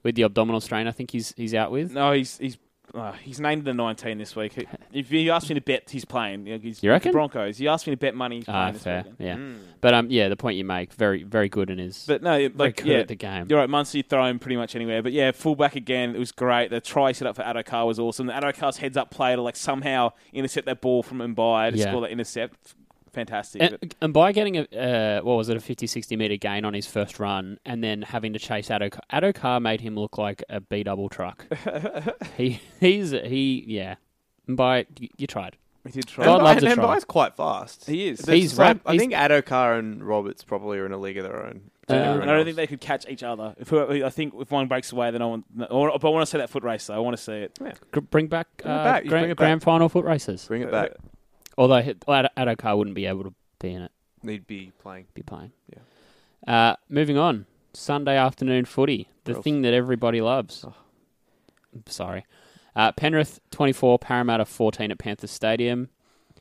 with the abdominal strain. I think he's he's out with. No, he's he's uh, he's named the 19 this week. He- If you ask me to bet, he's playing. You, know, he's You reckon? The Broncos. You asked me to bet money. He's playing Ah, this fair, weekend. Mm. yeah. But um, yeah, the point you make, very very good in his But no, it- very like good yeah, at the game. you're right. Munster, you throw him pretty much anywhere. But yeah, fullback again. It was great. The try set up for Adokar was awesome. The Adokar's heads up play to like somehow intercept that ball from Mbai to Yeah. score that intercept. F- Fantastic. But- And, and by getting a uh, what was it a 50 60 meter gain on his first run and then having to chase Adokar, Adokar made him look like a B double truck. he he's he yeah. By you tried. he did try. God and loves a and try. Mbai's quite fast. He is. There's He's some- rap- I he's- think Adokar and Roberts probably are in a league of their own. to Uh, everyone And I don't else. think they could catch each other. If whoever, I think if one breaks away, then I want. Or, but I want to see that foot race. though. I want to see it. Gr- Bring back, it uh, back, you Grand, bring it back. grand final foot races. bring it back. Uh, Although he- Ad- Adokar wouldn't be able to be in it, They'd be playing. be playing. Yeah. Uh, moving on, Sunday afternoon footy, the Gross. thing that everybody loves. I'm Sorry, uh, Penrith twenty four, Parramatta fourteen at Panthers Stadium.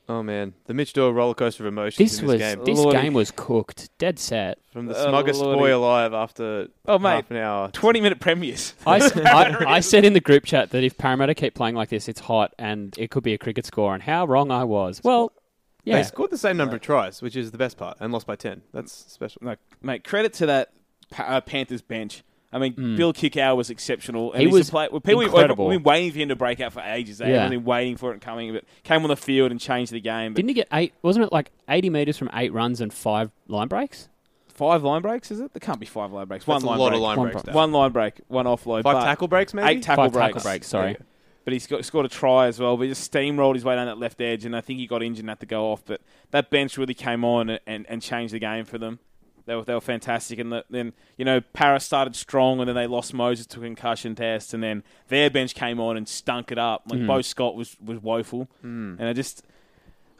Oh man, the Mitch Doyle roller coaster of emotions This, in this was game. this Lordy. game was cooked, dead set. From the Oh, smuggest lordy. boy alive after Oh, mate. half an hour. Twenty minute premiers. I, s- I- I said in the group chat that if Parramatta keep playing like this, it's hot and it could be a cricket score. And how wrong I was. Well, yeah, They scored the same number of tries, which is the best part, and lost by ten. That's special. Like, mate, credit to that Pa- uh, Panthers bench. I mean, Bill Kickow was exceptional. Mm. And He he's a was play- well, people incredible. We've been waiting for him to break out for ages. They Yeah. haven't been waiting for it and coming, but came on the field and changed the game. But didn't he get eight? Wasn't it like eighty meters from eight runs and five line breaks? five line breaks? Is it? There can't be five line breaks. That's one line a lot break. of line One breaks. break. though. One line break. One offload. Five but tackle breaks, maybe. Eight tackle five breaks. tackle breaks. Sorry, but he's got, scored a try as well. But he just steamrolled his way down that left edge, and I think he got injured and had to go off. But that bench really came on and, and, and changed the game for them. They were, they were fantastic, and the, then you know Paris started strong, and then they lost Moses to a concussion test, and then their bench came on and stunk it up. Hmm. Like Bo Scott was was woeful, Hmm. and I just.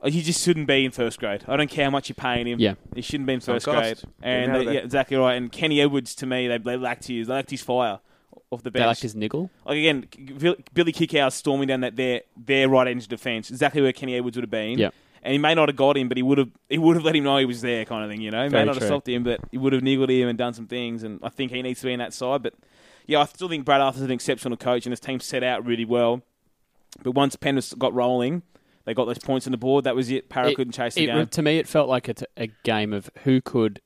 He just shouldn't be in first grade. I don't care how much you're paying him. Yeah. he shouldn't be in Sunk first grade. cost. And Get him out they- of yeah, there. exactly right. And Kenny Edwards, to me, they, they lacked his, they lacked his fire off the bench. they liked his niggle. Like again, Bill- Billy Kickow storming down that their their right edge defense, exactly where Kenny Edwards would have been. Yep. And he may not have got him, but he would have he would have let him know he was there, kind of thing. You know, he may Very not have true. stopped him, but he would have niggled him and done some things. And I think he needs to be in that side. But yeah, I still think Brad Arthur's an exceptional coach, and his team set out really well. But once Penrith got rolling, they got those points on the board. That was it. Para It- couldn't chase the it- game. To me, it felt like it's a game of who could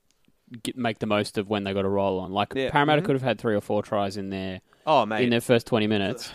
get, make the most of when they got a roll on. Like Yeah. mm-hmm. Parramatta could have had three or four tries in their Oh mate, in their first twenty minutes,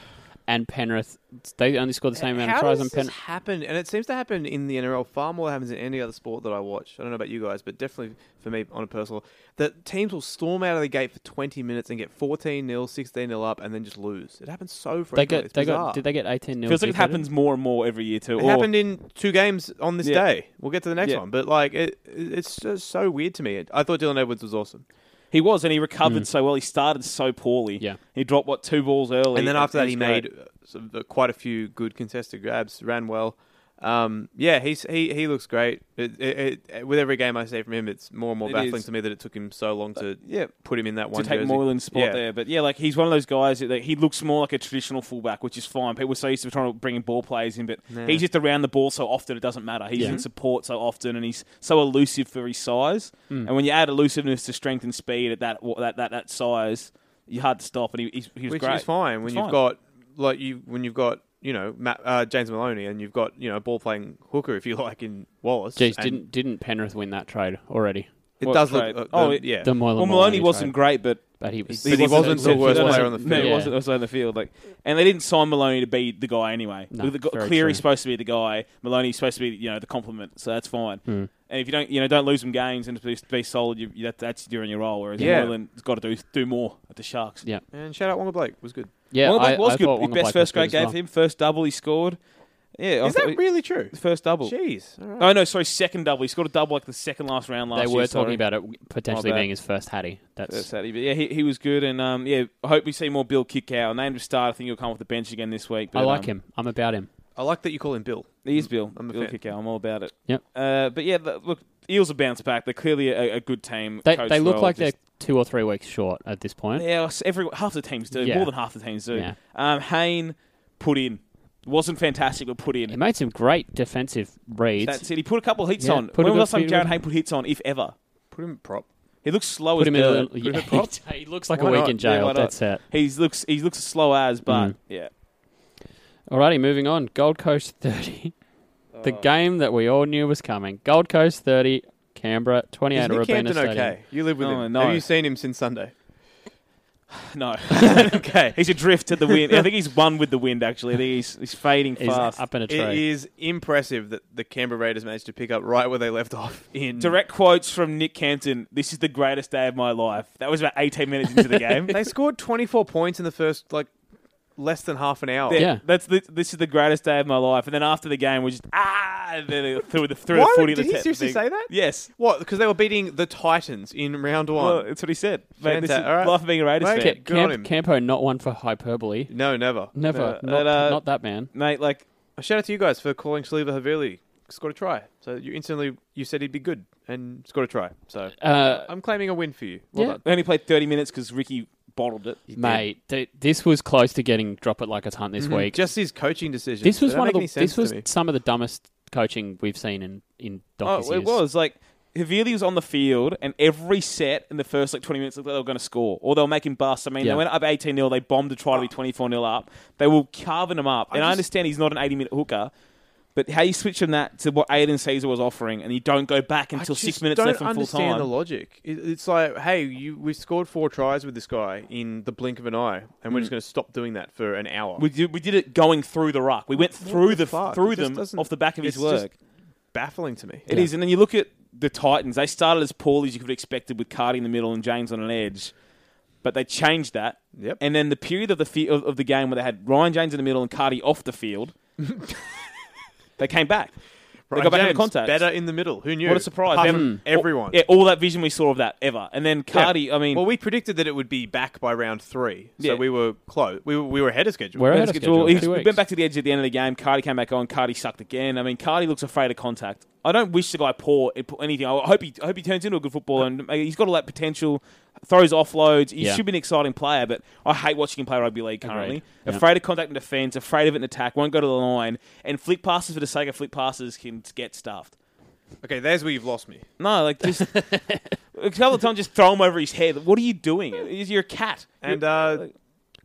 and Penrith they only scored the same amount of How tries. does And this Penrith. happen? And it seems to happen in the NRL far more than happens in any other sport that I watch. I don't know about you guys, but definitely for me on a personal, that teams will storm out of the gate for 20 minutes and get 14 0 16 0 up, and then just lose. It happens so They frequently. got, It's they got, bizarre. did they get 18 nil? Feels like it happens more and more every year too. It Or- happened in two games on this Yeah. day. We'll get to the next Yeah. one, but like it, it- it's just so weird to me. It- I thought Dylan Edwards was awesome, he was, and he recovered so well. He started so poorly. Yeah. he dropped what two balls early, and then after that was he great. made uh, some, uh, quite a few good contested grabs, ran well. Um, yeah, he's, he he looks great. It, it, it, with every game I see from him, it's more and more It baffling is. to me that it took him so long to yeah. put him in that to one take jersey. Moylan's spot Yeah. there. But yeah, like he's one of those guys that like, he looks more like a traditional fullback, which is fine. People are so used to trying to bring in ball players in, but he's just around the ball so often it doesn't matter. He's in support so often, and he's so elusive for his size. And when you add elusiveness to strength and speed at that that that, that size, you're hard to stop. And he, he's, he was which great. is fine when It's you've fine. got like you when you've got you know Matt, uh, James Maloney and you've got you know ball playing hooker if you like in Wallace. Jeez, And didn't didn't Penrith win that trade already? it What does trade? look? Uh, Oh, the- it- yeah, The Moylan Well, Maloney trade. wasn't great, but but he was. But he wasn't the worst no, no, player on the No, field. he Yeah. wasn't also on the field. Like, and they didn't sign Maloney to be the guy anyway. No, Look, the, very Cleary's true. supposed to be the guy. Maloney's supposed to be you know the compliment. So that's fine. Hmm. And if you don't you know don't lose them games and to be, to be solid, you, you- that, that's during your role. Whereas Yeah. Moylan's got to do do more at the Sharks. yeah, and shout out Wonga Blake was good. yeah. Wonga Blake I, was I good. thought His Wonga best Blake first was grade good as game well. for him. First double he scored. Yeah, I Is thought that he- really true? first double? Jeez, all right. Oh no, sorry, second double. He scored a double like the second last round last They year. were sorry. talking about it potentially My bad. being his first Hattie. Uh, That's sadly, but yeah, he, he was good, and um, yeah, I hope we see more Bill kick out. Named to start, I think he'll come off the bench again this week. But, I like um, him. I'm about him. I like that you call him Bill. He is Bill. I'm a Bill fan. Kickow. I'm all about it. Yep. Uh, but yeah, the, look, Eels are bounced back. They're clearly a, a good team. They, coached they look well, like just- they're two or three weeks short at this point. yeah. s- Every half the teams do. Yeah. More than half the teams do. Yeah. Um, Hayne put in. Wasn't fantastic, but put He in. made some great defensive reads. That's it. He put a couple of hits Yeah, on. put a When was the good last time few- Jared Hayne put hits on, if ever? Put him prop. He looks slow Put as him in. dirt. A, yeah, him props. he looks like Why a week not? in Yeah, jail. why not? That's it. He looks he looks slow as, but Mm. yeah. Alrighty, moving on. Gold Coast 30. The Oh. game that we all knew was coming. Gold Coast 30, Canberra 28 Is at Nick Robina Hampton Stadium. okay? You live with Oh, him. no. Have you seen him since Sunday? No. okay. He's adrift at the wind. I think he's one with the wind. Actually, I think he's he's fading He's fast. up in a It tree. is impressive that the Canberra Raiders managed to pick up right where they left off in Direct quotes from Nick Campton. This is the greatest day of my life. That was about 18 minutes into the game. They scored 24 points in the first like less than half an hour. That- Yeah. That's the, this is the greatest day of my life. And then after the game, we just ah, and then they threw the threw Why the would- footy. did the he te- seriously thing. say that? Yes. What? Because they were beating the Titans in round one. Well, that's what he said. Mate, this is Fantastic. All right. life of being a Raiders Mate, fan. good on him. Camp, Campo, not one for hyperbole. no, never. Never. No, not, and, uh, not that man. Mate, like A shout out to you guys for calling Saliva Havili scored a try. So you instantly you said he'd be good and scored a try. So Uh, I'm claiming a win for you. Well Yeah. done. they only played 30 minutes because Ricky bottled it. mate, th- this was close to getting drop it like it's hunt this week. Mm-hmm. Just his coaching decisions. this was They don't one of make the any this sense was to me. some of the dumbest coaching we've seen in in Doc's Oh, it was like. Havili was on the field, and every set in the first like 20 minutes looked like they were going to score, or they were making busts. I mean, Yeah. they went up 18 0, they bombed to try to be 24 0 up. They were carving him up, and I just- understand he's not an 80 minute hooker, but how you switch from that to what Aiden Caesar was offering, and you don't go back I until just six minutes don't left from full understand time. the logic. It, it's like, hey, you we scored four tries with this guy in the blink of an eye, and we're Mm. just going to stop doing that for an hour. We did, we did it going through the ruck. We went through the the, fuck? It through just them doesn't- off the back of his it's just- work. Baffling to me. It is, and then you look at the Titans. They started as poorly as you could have expected with Cardi in the middle and James on an edge, but they changed that. Yep. And then the period of the fe- of, of the game where they had Ryan James in the middle and Cardi off the field, they came back. they Ryan got back into James, contact. Better in the middle. Who knew? What a surprise! Apart They from haven't- everyone. all- yeah, all that vision we saw of that ever, and then Yeah. Cardi. I mean, well, we predicted that it would be back by round three, so Yeah. we were close. We were, we were ahead of schedule. We're ahead Well, of schedule. he Two went weeks. back to the edge at the end of the game. Cardi came back on. Cardi sucked again. I mean, Cardi looks afraid of contact. I don't wish the guy poor at anything. I hope he I hope he turns into a good footballer and uh, he's got all that potential. Throws offloads. He Yeah. should be an exciting player, but I hate watching him play rugby league currently. Agreed. Yeah. Afraid of contact in defence, afraid of it in attack. Won't go to the line and flick passes for the sake of flick passes can get stuffed. Okay, there's where you've lost me. No, like just a couple of times, just throw him over his head. What are you doing? You're a cat. And uh,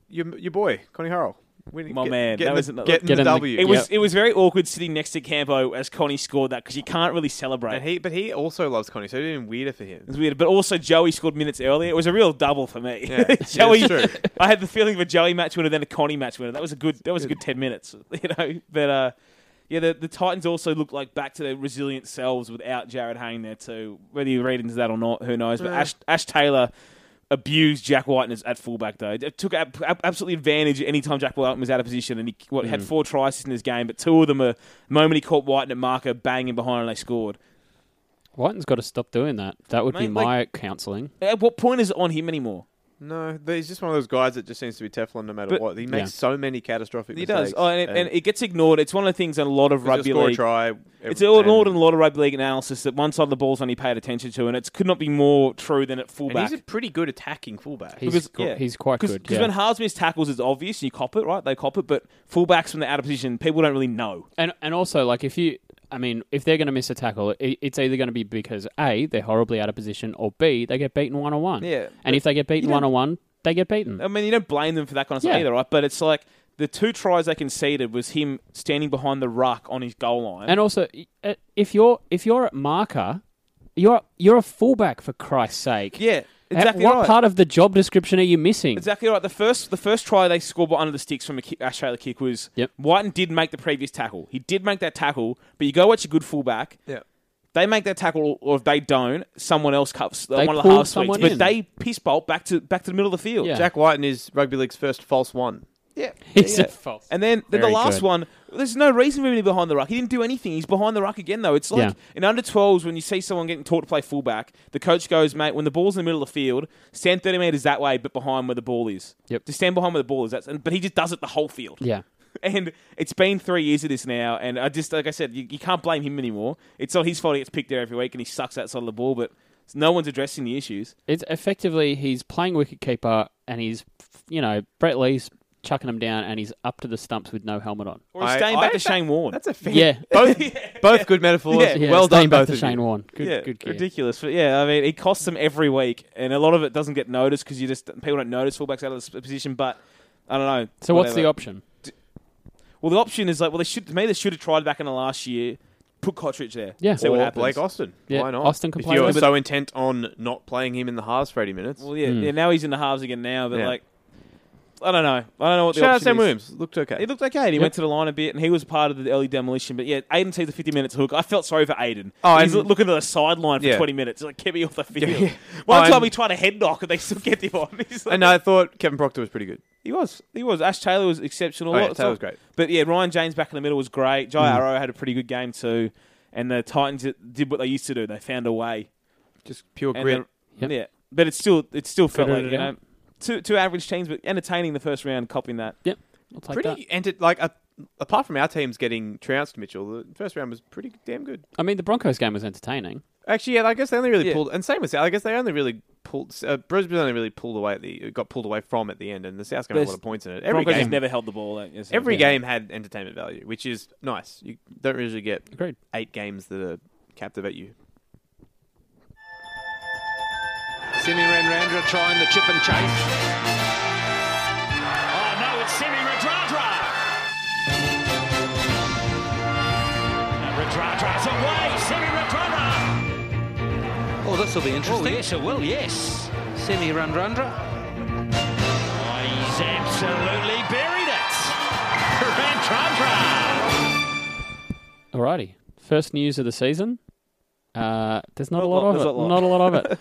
your, your boy Connie Harrell, We- My man, get that in was the, another- get in Get the in the- W. It Yep. was it was very awkward sitting next to Campo as Connie scored that because you can't really celebrate. and he, but he also loves Connie, so it's even weirder for him. It was weird, but also Joey scored minutes earlier. It was a real double for me. Yeah, Joey, yeah, it's true. I had the feeling of a Joey match winner, then a Connie match winner. That was a good. That was a good ten minutes, you know. But uh, yeah, the, the Titans also looked like back to their resilient selves without Jared Hayne there too. Whether you read into that or not, who knows? But Ash, Ash Taylor abused Jack White as- at fullback though. It took ab- ab- absolutely advantage anytime Jack White was out of position, and he what, Mm. had four tries in this game, but two of them are the moment he caught White at marker, banging behind, and they scored. Whiten's got to stop doing that. That would be Mate, my like- counselling. At what point is it on him anymore? No, but he's just one of those guys that just seems to be Teflon no matter But- what. He makes Yeah. so many catastrophic He mistakes. does. Oh, and it, and it gets ignored. It's one of the things in a lot of he'll rugby score a league. try. It's ignored in a lot of rugby league analysis that one side of the ball's only paid attention to, and it could not be more true than at And fullback. he's a pretty good attacking fullback. He's, Because- go- yeah. he's quite Because good. yeah. when halves miss tackles, it's obvious and you cop it, right? They cop it, but fullbacks when they're out of position, people don't really know. And and also like if you, I mean, if they're going to miss a tackle, it, it's either going to be because a they're horribly out of position, or b they get beaten one on one. Yeah, but And if they get beaten you don't- one on one, they get beaten. I mean, you don't blame them for that kind of stuff Yeah. either, right? But it's like the two tries they conceded was him standing behind the ruck on his goal line. And also, i- uh, if you're if you're at marker, you're you're a fullback for Christ's sake. yeah, Ha- exactly What right. part of the job description are you missing? Exactly right. The first, the first try they scored under the sticks from a kick, a Australia kick was Yep. Whiten did make the previous tackle. He did make that tackle, but you go watch a good fullback. Yeah. They make that tackle, or if they don't, someone else cuts uh, They one of the pull half sweeps. someone But in. they piss bolt back to back to the middle of the field. Yeah. Jack Whiten is rugby league's first false one. Yeah. He's a false. And then, then the Very last good. one, there's no reason for him to be behind the ruck. He didn't do anything. He's behind the ruck again, though. It's like Yeah. in under 12s, when you see someone getting taught to play fullback, the coach goes, mate, when the ball's in the middle of the field, stand 30 metres that way, but behind where the ball is. Yep. Just stand behind where the ball is. That's, and, but he just does it the whole field. Yeah. And it's been three years of this now. And I just, like I said, you, you can't blame him anymore. It's not his fault he gets picked there every week and he sucks outside of the ball, but no one's addressing the issues. It's effectively he's playing wicketkeeper and he's you know Brett Lee's chucking him down and he's up to the stumps with no helmet on. Or he's I- staying I back to think Shane Warne. That's a fair. Yeah. Both, both good metaphors. Yeah. Yeah, well staying done, back both to of Shane you. Warren. Good, yeah, good kid. ridiculous. But yeah, I mean, it costs them every week, and a lot of it doesn't get noticed because you just people don't notice fullbacks out of the s- position. But I don't know. So what's the whatever. option? well? The option is like, well, they should to me they should have tried back in the last year, put Cottridge there, Yeah. see or what happens. Blake Austin. Yeah, Why not? Austin can if play you're left. so intent on not playing him in the halves for 80 minutes. well, yeah, yeah, now he's in the halves again now, but Hmm. Yeah. like, I don't know, I don't know what the Shout out option Sam is. Williams. Looked okay. He looked okay. and He Yep. went to the line a bit, and he was part of the early demolition. But yeah, Aiden sees the fifty minutes hook. I felt sorry for Aiden. Oh, he's and- looking to the sideline for Yeah. twenty minutes. Like, get me off the field. Yeah. One Oh, time and- he tried a head knock, and they still get him on. He's like- and I thought Kevin Proctor was pretty good. He was. He was. Ash Taylor was exceptional. Oh, yeah, Lots of- Taylor was great. Mm. But yeah, Ryan James back in the middle was great. Jai Arrow had a pretty good game too. And the Titans did what they used to do. They found a way. Just pure And grit. the- Yep. Yeah. But it's still it still felt Gritted it like you know, out. two two average teams, but entertaining the first round, copying that. Yep. I'll take that. pretty and it, like a, apart from our teams getting trounced, Mitchell, the first round was pretty damn good. I mean, the Broncos game was entertaining. Actually, yeah, I guess they only really Yeah. pulled, and same with South. I guess they only really pulled. Uh, Brisbane only really pulled away at the got pulled away from at the end, and the South got a There's- lot of points in it. Every Broncos just game, never held the ball. eh? Yes, every yeah. game had entertainment value, which is nice. You don't usually get Agreed. eight games that are captivate you. Simi Renrandra trying the chip and chase. Oh no, it's Semi Radradra. And Radradra's away. Semi Radradra. Oh, this will be interesting. yes, it will, yes. Simi Renrandra. Oh, he's absolutely buried it. Radradra. Alrighty. First news of the season. Uh, there's not, Not a a lot, lot, of it. there's not a lot. Not a lot of it.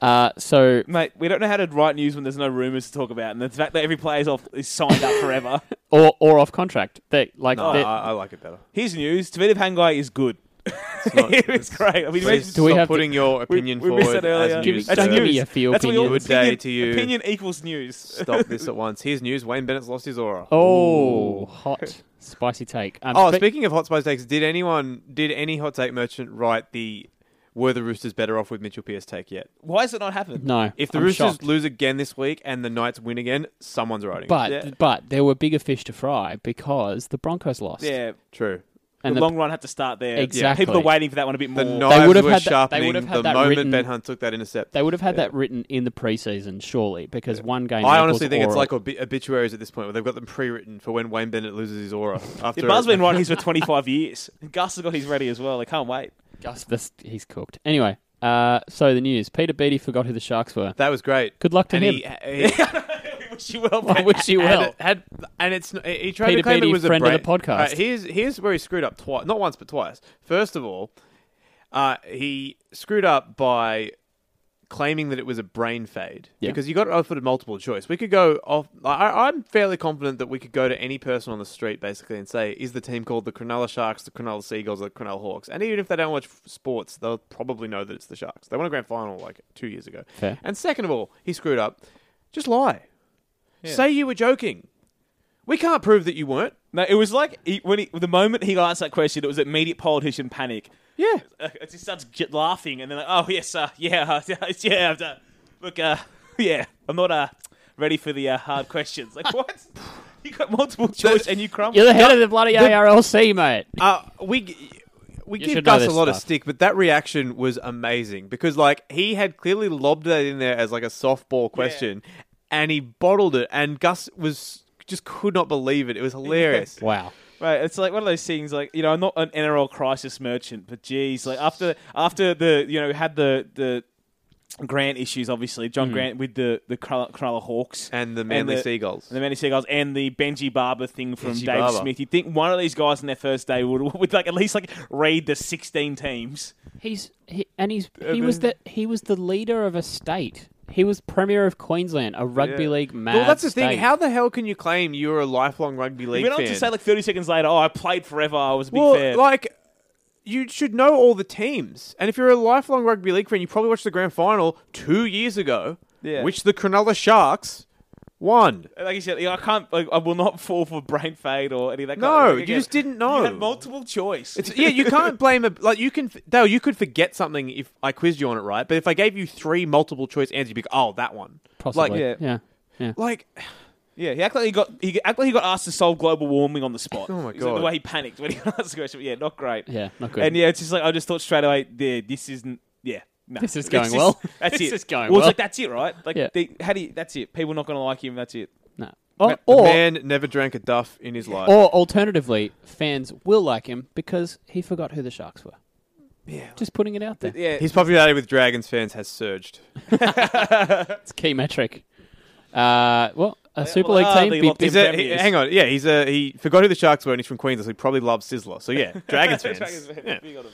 uh, so Mate, we don't know how to write news when there's no rumours to talk about, and the fact that every player's off is signed up forever. or or off contract. They like I, they're- I, I like it better. Here's news: Tavita Pangai is good. It's not- great. I mean, Please do we stop have to- putting your opinion we, we missed forward that earlier. as Give me- news. That's sir. give me a few That's what we all- opinions. Good day opinion- to you. Opinion equals news. Stop this at once. Here's news: Wayne Bennett's lost his aura. oh, hot spicy take. Um, Oh, spe- speaking of hot spice takes, did anyone, did any hot take merchant write the "Were the Roosters better off with Mitchell Pearce" take yet? Why has it not happened? no. If the I'm Roosters shocked. lose again this week and the Knights win again, someone's writing. it. But Yeah. but there were bigger fish to fry because the Broncos lost. Yeah, true. and the, the, long run had to start there. Exactly. People are waiting for that one a bit more. The knives would have were had that- they sharpening would have had the that moment written- Ben Hunt took that intercept. they would have had that written in the preseason, surely, because one game. I honestly equals think it's oral. like obi- obituaries at this point, where they've got them pre-written for when Wayne Bennett loses his aura. After Yeah, Buzz been writing his for 25 years. And Gus has got his ready as well. I can't wait. Gus, this, he's cooked. Anyway, uh, so the news: Peter Beattie forgot who the Sharks were. that was great. Good luck to and him. He, he- Wish you well. I wish you had- well. had- and it's he tried Peter to claim Beattie, it was friend a of the break. podcast. All right, here's here's where he screwed up twice, not once but twice. First of all, uh, he screwed up by claiming that it was a brain fade Yeah. because you got offered a multiple choice. We could go off. I, I'm fairly confident that we could go to any person on the street basically and say, "Is the team called the Cronulla Sharks, the Cronulla Seagulls, or the Cronulla Hawks?" And even if they don't watch f- sports, they'll probably know that it's the Sharks. They won a grand final like two years ago. Fair. And second of all, he screwed up. Just lie. Say you were joking. We can't prove that you weren't. No, it was like he, when he, the moment he asked that question, it was immediate politician panic. Yeah. Uh, it just starts j- laughing, and then like, oh yes, uh, yeah, uh, yeah. I've done. Look, uh, yeah, I'm not uh, ready for the uh, hard questions. Like what? you got multiple choice, and you crumble. You're the head of the bloody ARLC, mate. Uh, we g- we You give should know Gus a this lot of stuff. stick, but that reaction was amazing because like he had clearly lobbed that in there as like a softball question, and he bottled it, and Gus was just could not believe it. It was hilarious. Wow. Right, it's like one of those things. Like you know, I'm not an NRL crisis merchant, but geez, like after after the you know had the the Grant issues, obviously John Grant with the the Cronulla Cronulla Hawks Mm. And the Manly Seagulls. and the Manly Seagulls, and the Benji Barber thing from Benji Dave Barber. Smith. You think one of these guys on their first day would would like at least like raid the 16 teams? He's he, and he's he was the he was the leader of a state. He was premier of Queensland, a rugby Yeah. league mad. Well, that's the thing. state. How the hell can you claim you're a lifelong rugby league He went on fan? to say like 30 seconds later, "Oh, I played forever. I was a big well, fan." like you should know all the teams, and if you're a lifelong rugby league fan, you probably watched the grand final two years ago, Yeah. which the Cronulla Sharks won. like you said, you know, I can't. Like, I will not fall for brain fade or any of that. No, kind of, like, you again, just didn't know. You had multiple choice. It's, yeah, you can't blame a like you can Dale. You could forget something if I quizzed you on it, right? But if I gave you three multiple choice answers, you'd be like, "Oh, that one." possibly? Like, yeah. yeah. like Yeah, he acted like he got he acted like he got asked to solve global warming on the spot. Oh my Is that The God. way he panicked when he got asked the question. Yeah, not great. Yeah, not good. And yeah, it's just like I just thought straight away, yeah, this isn't. Yeah, no. This is It's going just- well. That's This it. is going well. well, it's like that's it, right? Like, Yeah. they, how do you, that's it? People not going to like him. That's it. No. Or, the or, man never drank a duff in his life. or alternatively, fans will like him because he forgot who the Sharks were. Yeah. Just putting it out there. Yeah, His popularity with Dragons fans has surged. It's a key metric. Uh, well, a Super well, League ah, team. they be- locked in He's a, Premiers. he- hang on, yeah, he's a he forgot who the Sharks were, and he's from Queensland, so he probably loves Sizzler. So yeah, Dragons fans. Dragons fans, Yeah. big on him.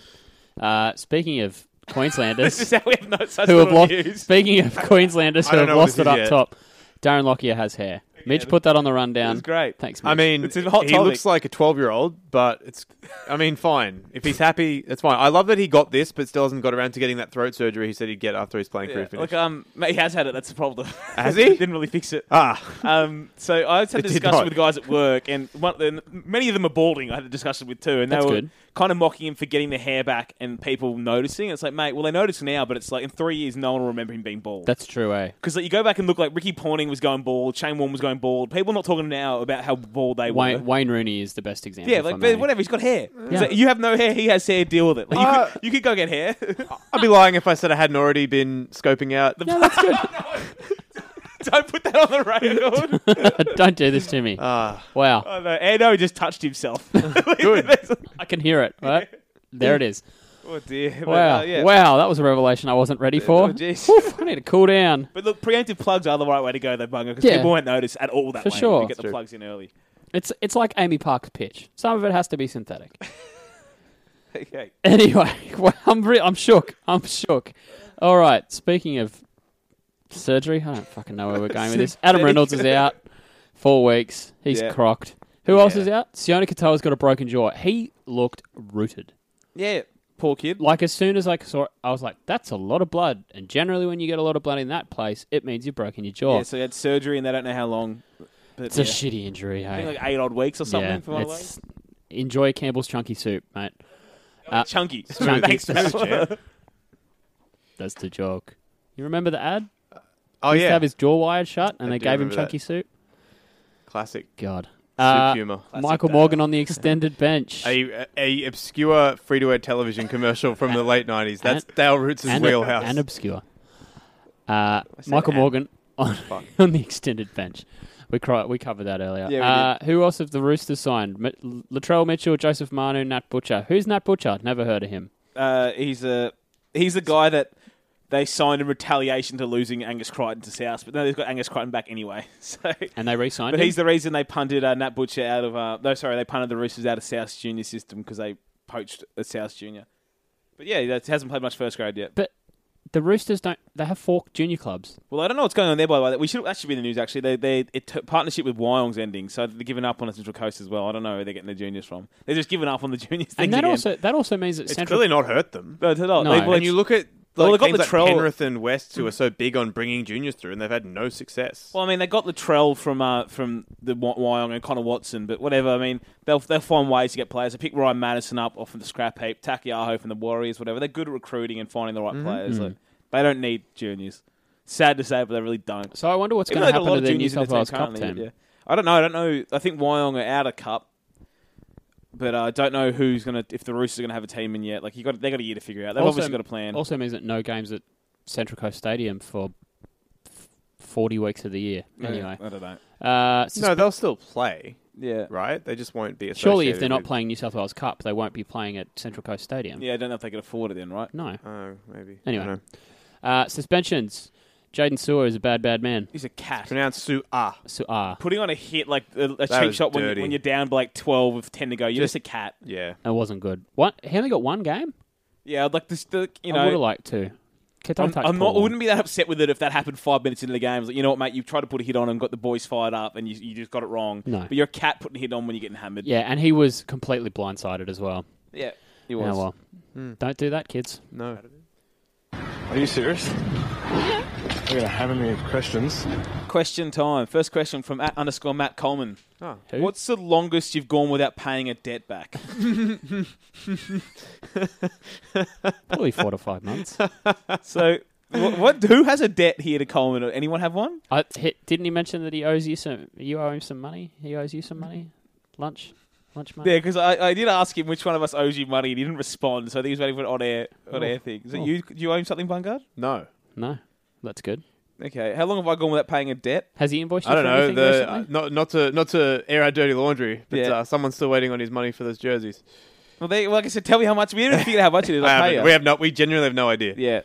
uh, speaking of This is Queenslanders how we have no such who have little lost. news. Speaking of Queenslanders I who don't have know what lost this it is up yet. top, Darren Lockyer has hair. Mitch put that on the rundown. was great. Um, Thanks, Mitch. I mean, It's a hot he topic. looks like a twelve-year-old, but it's. I mean, fine. If he's happy, that's fine. I love that he got this, but still hasn't got around to getting that throat surgery he said he'd get after his playing career Yeah, finished. Look, um, mate, he has had it. That's the problem. Has he? Didn't really fix it. ah, Um, so I had a It did discussion not. with guys at work, and one, and many of them are balding. I had a discussion with two, and they That's were good. kind of mocking him for getting the hair back and people noticing. It's like, mate, well, they notice now, but it's like in three years, no one will remember him being bald. that's true, eh? Because like, you go back and look, like Ricky Ponting was going bald, Shane Warne was going bald. People are not talking now about how bald they Wayne, were. Wayne Rooney is the best example. Yeah, if I like may. but whatever. He's got hair. It's like, you have no hair. He has hair. Deal with it. Like, you, Uh, could, you could go get hair. I'd be lying if I said I hadn't already been scoping out. The, No, that's good. Don't put that on the record. Don't do this to me. wow. oh, no, Ando just touched himself. Good. I can hear it. Right? There it is. oh dear. But, Wow. uh, yeah. Wow, that was a revelation I wasn't ready for. oh, jeez. Oof, I need to cool down. But look, preemptive plugs are the right way to go, though, Bunga, because Yeah. people won't notice at all that For way. sure. You get the True. plugs in early. It's it's like Amy Park's pitch. Some of it has to be synthetic. Okay. anyway, well, I'm re- I'm shook. I'm shook. All right. Speaking of surgery, I don't fucking know where we're going with this. Adam Synthetic. Reynolds is out four weeks. He's Yeah. crocked. Who else is out? Sione Katoa's got a broken jaw. He looked rooted. Yeah. Poor kid. Like as soon as I saw, it, I was like, "That's a lot of blood." And generally, when you get a lot of blood in that place, it means you've broken your jaw. Yeah, so he had surgery and they don't know how long. But Oh. it's yeah. a shitty injury. I Hey. think like eight odd weeks or something for my leg. it's- enjoy Campbell's chunky soup, mate. Chunky. Chunky. Thanks, That's man. That's the joke. You remember the ad? oh Used to yeah, have his jaw wired shut, and I they do gave him remember that. chunky soup. classic God, Uh, soup humor. Michael Morgan on the extended bench. A, a obscure free to air television commercial from the late nineties. That's and- Dale Roots' and, wheelhouse. and obscure. Uh, Michael Morgan on, on the extended bench. We cry, we covered that earlier. we uh, who else have the Roosters signed? M- Latrell Mitchell, Joseph Manu, Nat Butcher. Who's Nat Butcher? Never heard of him. Uh, he's a he's the guy that they signed in retaliation to losing Angus Crichton to South, but no, they've got Angus Crichton back anyway. So. And they re-signed But him. he's the reason they punted uh, Nat Butcher out of. Uh, no, sorry, they punted the Roosters out of South Junior system because they poached a South Junior. But yeah, that hasn't played much first grade yet. but the Roosters don't. They have four junior clubs. Well, I don't know what's going on there. By the way, we should that should be in the news. Actually, they they it t- partnership with Wyong's ending, so they're giving up on the Central Coast as well. I don't know where they're getting the juniors from. They're just giving up on the juniors. and things that again. also that also means that it's Central clearly not hurt them. no, they're not. No. They- well, And When you look at Well, like, they got teams like Latrell- Penrith and West who are so big on bringing juniors through, and they've had no success. Well, I mean, they got Latrell from uh, from the Wy- Wyong and Connor Watson, but whatever. I mean, they'll they'll find ways to get players. They pick Ryan Madison up off of the scrap heap, Takiaho from the Warriors, whatever. They're good at recruiting and finding the right Mm-hmm. Mm. players. Like, they don't need juniors. Sad to say, but they really don't. So I wonder what's Even going to though they've happen got to the of New juniors in South their Wales Cup currently, team. yeah. I don't know. I don't know. I think Wyong are out of cup, but uh, I don't know who's gonna if the Roosters are gonna have a team in yet. Like you got, they got a year to figure out. They've obviously got a plan. Also means that no games at Central Coast Stadium for f- 40 weeks of the year. Anyway, I don't know. uh, sus- no, they'll still play, Yeah, right? They just won't be. surely if associated they're not with- playing New South Wales Cup, they won't be playing at Central Coast Stadium. yeah. Uh, I don't know if they can afford it then, right? No. Oh, maybe. I Anyway. don't know. Uh, suspensions. Jaden Sewer is a bad, bad man. He's a cat. pronounced Su Ah. So, ah, putting on a hit like a, a cheap was shot when, dirty. when you're down by like 12 with 10 to go you're just, a cat Yeah, it wasn't good. What? He only got one game? yeah I'd like this the, you I would have know liked to. Katoa I'm, touched I'm not, I ball. wouldn't be that upset with it if that happened five minutes into the game It's like you know what mate you tried to put a hit on and got the boys fired up and you, you just got it wrong No. but you're a cat putting a hit on when you're getting hammered Yeah, and he was completely blindsided as well. yeah he Oh, was Hmm. well. Don't do that, kids. no. Are you serious? Yeah. We're gonna have any questions. question time first question from at underscore Matt Coleman Who? what's the longest you've gone without paying a debt back Probably four to five months. so what, what who has a debt here to Coleman anyone have one I, he, didn't he mention that he owes you some? You owe him some money. He owes you some money. Lunch, lunch money. Yeah, because I, I did ask him which one of us owes you money. and He didn't respond, so I think he was waiting for an on air on Oh. air thing. Is it you? Do you owe him something, Vanguard? No. No, that's good. Okay. How long have I gone without paying a debt? Has he invoiced you I don't for know. anything The, uh, recently? not not to not to air our dirty laundry, but Yeah. uh, someone's still waiting on his money for those jerseys. Well, they, like I said, tell me how much. We didn't figure out how much it is. I I'll pay haven't- you. Uh, uh, we have not. We genuinely have no idea. yeah,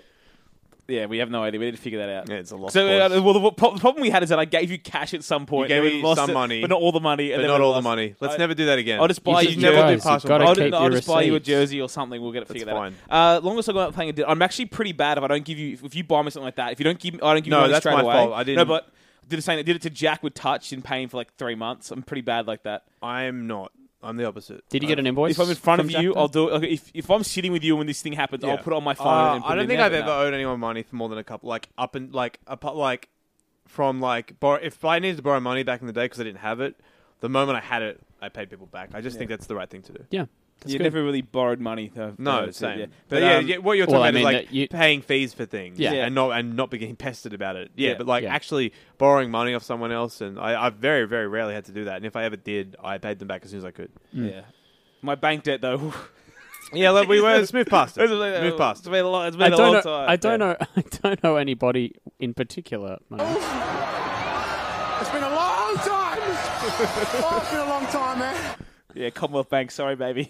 yeah. We have no idea. We didn't figure that out. Yeah, it's a lost So, uh, cause. well, the, pro- the problem we had is that I gave you cash at some point. You gave and we me lost some it, money, but not all the money. and but then not we all the lost- money. Let's I- never do that again. I'll just buy You you. just never know. do You've partial gotta money. I'll, keep no, I'll your just buy you a receipts. jersey or something. We'll get it figured out. fine. Uh, longest I go out playing a debt. I'm actually pretty bad if I don't give you. If, if you buy me something like that, if you don't give, me, I don't give No, you money that's straight my away. fault. I No, didn't- but did the same. I did it to Jack with touch in paying for like three months. I'm pretty bad like that. I'm not. I'm the opposite. Uh, Did he get an invoice? If I'm in front from of you, Jack I'll do it. Like, if if I'm sitting with you when this thing happens, I'll Yeah. put it on my phone. Uh, and put I it don't in think there, I've but ever no. owed anyone money for more than a couple. Like up and like up like from like borrow, if I needed to borrow money back in the day because I didn't have it, the moment I had it, I paid people back. I just think that's the right thing to do. Yeah, that's You good. never really borrowed money. Though, No, Yeah, same. yeah. But, yeah, um, yeah, what you're well, talking I about mean is like that you- paying fees for things, Yeah. and not and not being pestered about it. Yeah, Yeah. but like Yeah. actually borrowing money off someone else, and I, I very very rarely had to do that. And if I ever did, I paid them back as soon as I could. yeah. My bank debt though. Yeah, like, we were smooth past it. Move Move past It's been a lot. It's been I a don't long know. time. I don't know. I don't know anybody in particular. Mate. It's been a long time. Oh, it's been a long time, man. Yeah, Commonwealth Bank. Sorry, baby.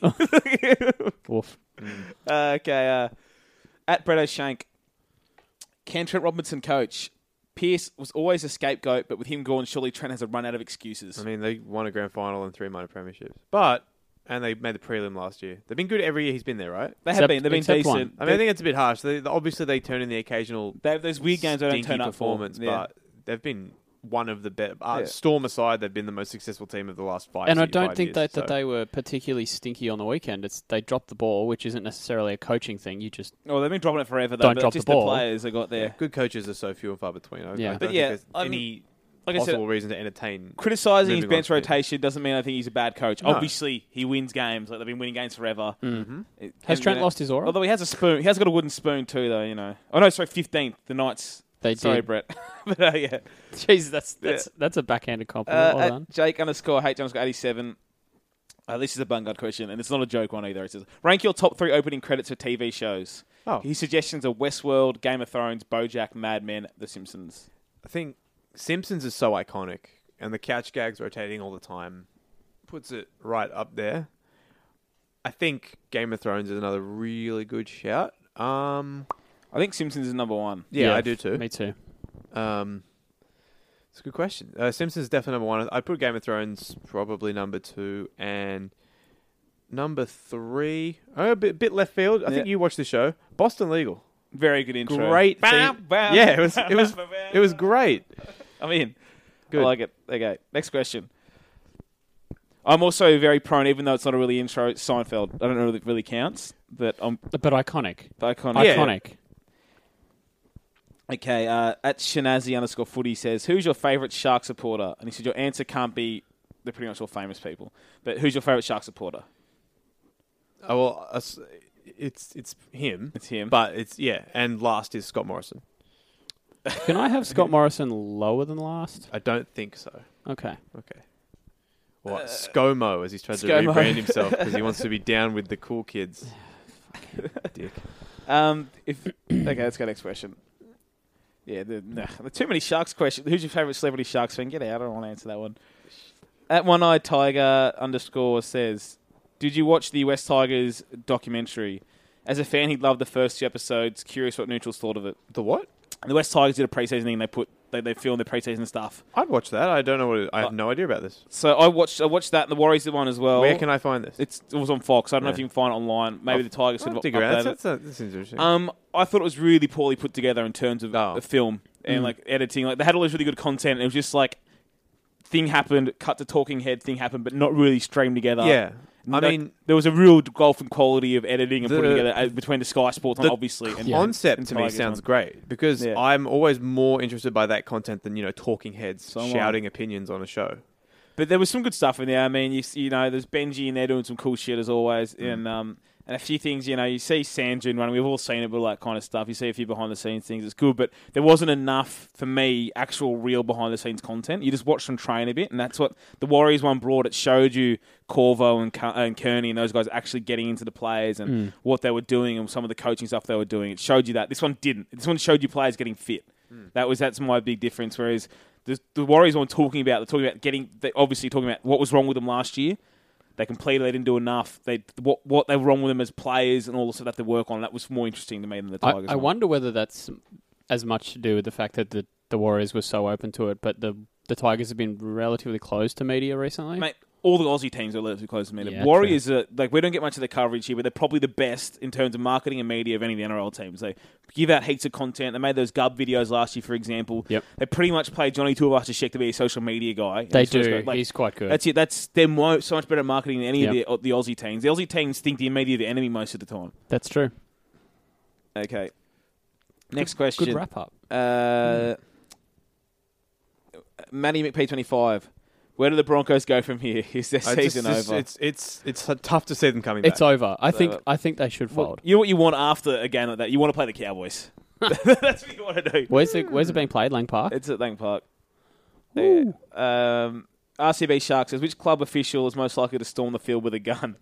Woof. Uh, okay, uh, at Brett O'Shank, can Trent Robinson coach? Pierce was always a scapegoat, but with him gone, surely Trent has a run out of excuses. I mean, they won a grand final and three minor premierships, but and they made the prelim last year. They've been good every year he's been there, right? they have Except- been, they've been except one. decent. I mean, I think it's a bit harsh. They, they- obviously, they turn in the occasional They have those weird games they don't stinky turn up for. performance, Yeah. but they've been one of the best. Uh, Yeah. Storm aside, they've been the most successful team of the last five. And I se- don't five think years, that, that so. they were particularly stinky on the weekend. It's they dropped the ball, which isn't necessarily a coaching thing. You just Well, Oh, they've been dropping it forever, though. Don't but drop the just ball. players they got there. good coaches are so few and far between. Yeah. I, I don't But think yeah, there's I mean, any Like I possible said, reason to entertain. criticizing his moving bench on. Yeah. rotation doesn't mean I think he's a bad coach. No. Obviously, he wins games. Like they've been winning games forever. Mm-hmm. Has Trent lost his aura? Although he has a spoon, he has got a wooden spoon too, though. You know. Oh no, sorry, fifteenth. The Knights. They sorry, did. Brett. but uh, yeah. Jeez, that's that's that's a backhanded compliment. Uh, well at done. Jake underscore H underscore eighty seven. Uh, this is a Bungard question, and it's not a joke one either. It says, "Rank your top three opening credits for TV shows." Oh. His suggestions are Westworld, Game of Thrones, BoJack, Mad Men, The Simpsons. I think Simpsons is so iconic, and the couch gags rotating all the time puts it right up there. I think Game of Thrones is another really good shout. Um, I think Simpsons is number one. yeah, I do too. Me too. Um, it's a good question. Uh, Simpsons definitely number one. I put Game of Thrones probably number two and number three. Oh, a bit, bit left field. I think Yeah. you watched the show Boston Legal. Very good intro. Great. Bow, theme- bow. yeah, it was. It was. It was great. I'm in. Good. I like it. Okay, next question. I'm also very prone, even though it's not a really intro, Seinfeld. I don't know if it really counts, but I'm But iconic. iconic. Yeah. Iconic. Okay, uh, at Shinazi underscore footy says, Who's your favourite Shark supporter? And he said, Your answer can't be, they're pretty much all famous people. But who's your favourite Shark supporter? Oh, well, uh, s- it's it's him. It's him. But it's yeah, and last is Scott Morrison. Can I have Scott Morrison lower than last? I don't think so. Okay. Okay. Or ScoMo, as he's trying to Uh, ScoMo. rebrand himself because he wants to be down with the cool kids. Dick. Um, if Okay, let's go next question. Yeah, the, nah, there are too many Sharks questions. Who's your favourite celebrity Sharks fan? Get out, I don't want to answer that one. At One Eye Tiger underscore says, Did you watch the West Tigers documentary? As a fan, he loved the first two episodes. Curious what neutrals thought of it. The what? And the West Tigers did a preseason thing. They put they, they filmed their preseason stuff. I'd watch that. I don't know what. It, I have no idea about this. So I watched I watched that and the Warriors did one as well. Where can I find this? Oh. It's, it was on Fox. I don't know if Yeah. you can find it online. Maybe the Tigers I'll could have dig around. uploaded That's, it. that's, that's interesting. Um, I thought it was really poorly put together in terms of Oh. the film and like editing. Like they had all this really good content. And it was just like thing happened, cut to talking head, thing happened, but not really streamed together. yeah, I Like, mean, there was a real gulf in quality of editing and The- putting together uh, between the Sky Sports, and the obviously, and concept to me Tigers sounds one. great because Yeah. I'm always more interested by that content than you know talking heads am I. shouting opinions on a show. But there was some good stuff in there. I mean, you, s- you know, there's Benji in there doing some cool shit as always, and um, and a few things. You know, you see Sandrine running. We've all seen it, but all that kind of stuff. You see a few behind the scenes things. It's good, but there wasn't enough for me actual real behind the scenes content. You just watched them train a bit, and that's what the Warriors one brought. It showed you Corvo and Ker- and Kearney and those guys actually getting into the players and what they were doing and some of the coaching stuff they were doing. It showed you that. This one didn't. This one showed you players getting fit. Mm. That was that's my big difference. Whereas the, the Warriors weren't talking about. They're talking about getting. They obviously talking about what was wrong with them last year. They completely they didn't do enough. They what what they were wrong with them as players and all the stuff that they work on. That was more interesting to me than the I, Tigers. I one. wonder whether that's as much to do with the fact that the, the Warriors were so open to it, but the the Tigers have been relatively closed to media recently. Mate, all the Aussie teams are relatively close to me. The Yeah, Warriors are like we don't get much of the coverage here, but they're probably the best in terms of marketing and media of any of the NRL teams. They give out heaps of content. They made those Gub videos last year, for example. Yep. They pretty much played Johnny Tuivasa-Sheck to be a social media guy. And They he's supposed do. to go, like, He's quite good. That's it. That's they're mo- so much better at marketing than any Yep. of the, the Aussie teams. The Aussie teams think the media are the enemy most of the time. That's true. Okay. Next Good question. wrap up. Uh, Matty McP25. Where do the Broncos go from here? Is their I just- season it's, over? It's it's it's uh, tough to see them coming back. It's over. I think over. I think they should fold. you know what you want after a game like that? You want to play the Cowboys. That's what you want to do. Where's it Where's it being played? Lang Park. It's at Lang Park. Yeah. Um, RCB Sharks says, which club official is most likely to storm the field with a gun?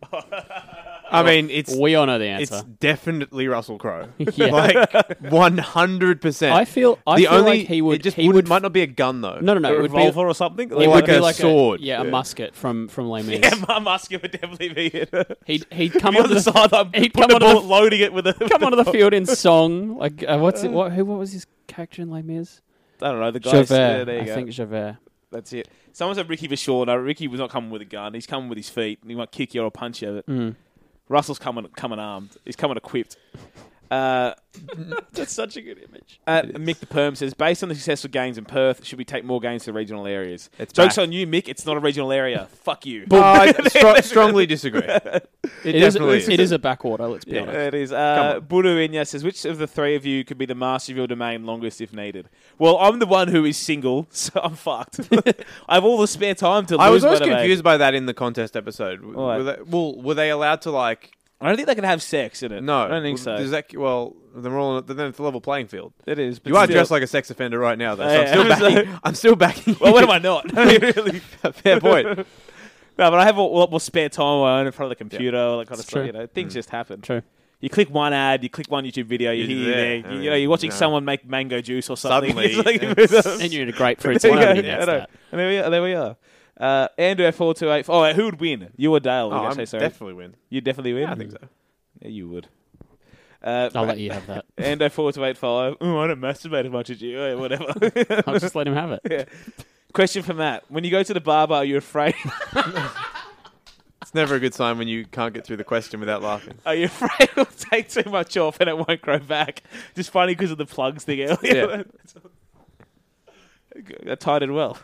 I mean, it's we all know the it's answer. definitely Russell Crowe. Yeah. Like one hundred percent. I feel. I the feel only like he would. it just he would, would. might not be a gun though. no, no, no. a It would be revolver or something? It Or would like be a sword. yeah, a Yeah. musket from from Les Mis. yeah, my musket would definitely be it. He'd he'd come Be on onto the the, sideline, he'd putting come the onto ball, loading it with a. come onto the field in song. Like uh, what's it? What who? What was his character in Les Mis? I don't know the guys. Yeah, Javert. there you I go. think Javert. That's it. Someone said Ricky Vachon. No, Ricky was not coming with a gun. He's coming with his feet. and He might kick you or punch you. But Hmm. Russell's coming, coming armed. He's coming equipped. Uh, That's such a good image. uh, Mick the Perm says, based on the successful games in Perth, should we take more games to regional areas? It's Jokes back. on you, Mick. It's not a regional area. Fuck you. Uh, I stro- strongly disagree. It, It is, definitely is. it is a backwater. Let's be honest. Yeah, it is. Uh, Budu Inya says, which of the three of you could be the master of your domain longest if needed? Well, I'm the one who is single, so I'm fucked. I have all the spare time to I lose was my always domain. confused by that in the contest episode. W- Why? Were they, well, were they allowed to like? I don't think they can have sex in it. No, I don't think so. Well, Does that, well, then we're all then it's a level playing field. It is. But You are still- dressed like a sex offender right now, though. So Yeah, I'm, still so- backing, I'm still backing. Well, you. what am I not? really? Fair point. No, but I have a lot more spare time on my own in front of the computer, all that kind of It's stuff. true. You know, things just happen. True. You click one ad, you click one YouTube video, you You're hear there. there. I You, mean, you know, you're watching yeah. someone make mango juice or something. Suddenly, It's like- And you're in a grapefruit. so Yeah, nobody yeah, I gets know. that. And there we are. There we are. Uh, Andrew at four two eight. Oh, who would win? You or Dale? Oh, We're gonna I'm say sorry. definitely win. you definitely win. Yeah, I think so. Oh. Yeah, you would. Uh, I'll let you have that. Ando four two eight five. Oh, I don't masturbate as much as you. Hey, whatever. I'll just let him have it. Question for Matt: When you go to the barber, are you afraid? It's never a good sign when you can't get through the question without laughing. Are you afraid it'll take too much off and it won't grow back? Just funny because of the plugs thing earlier. that tied in well.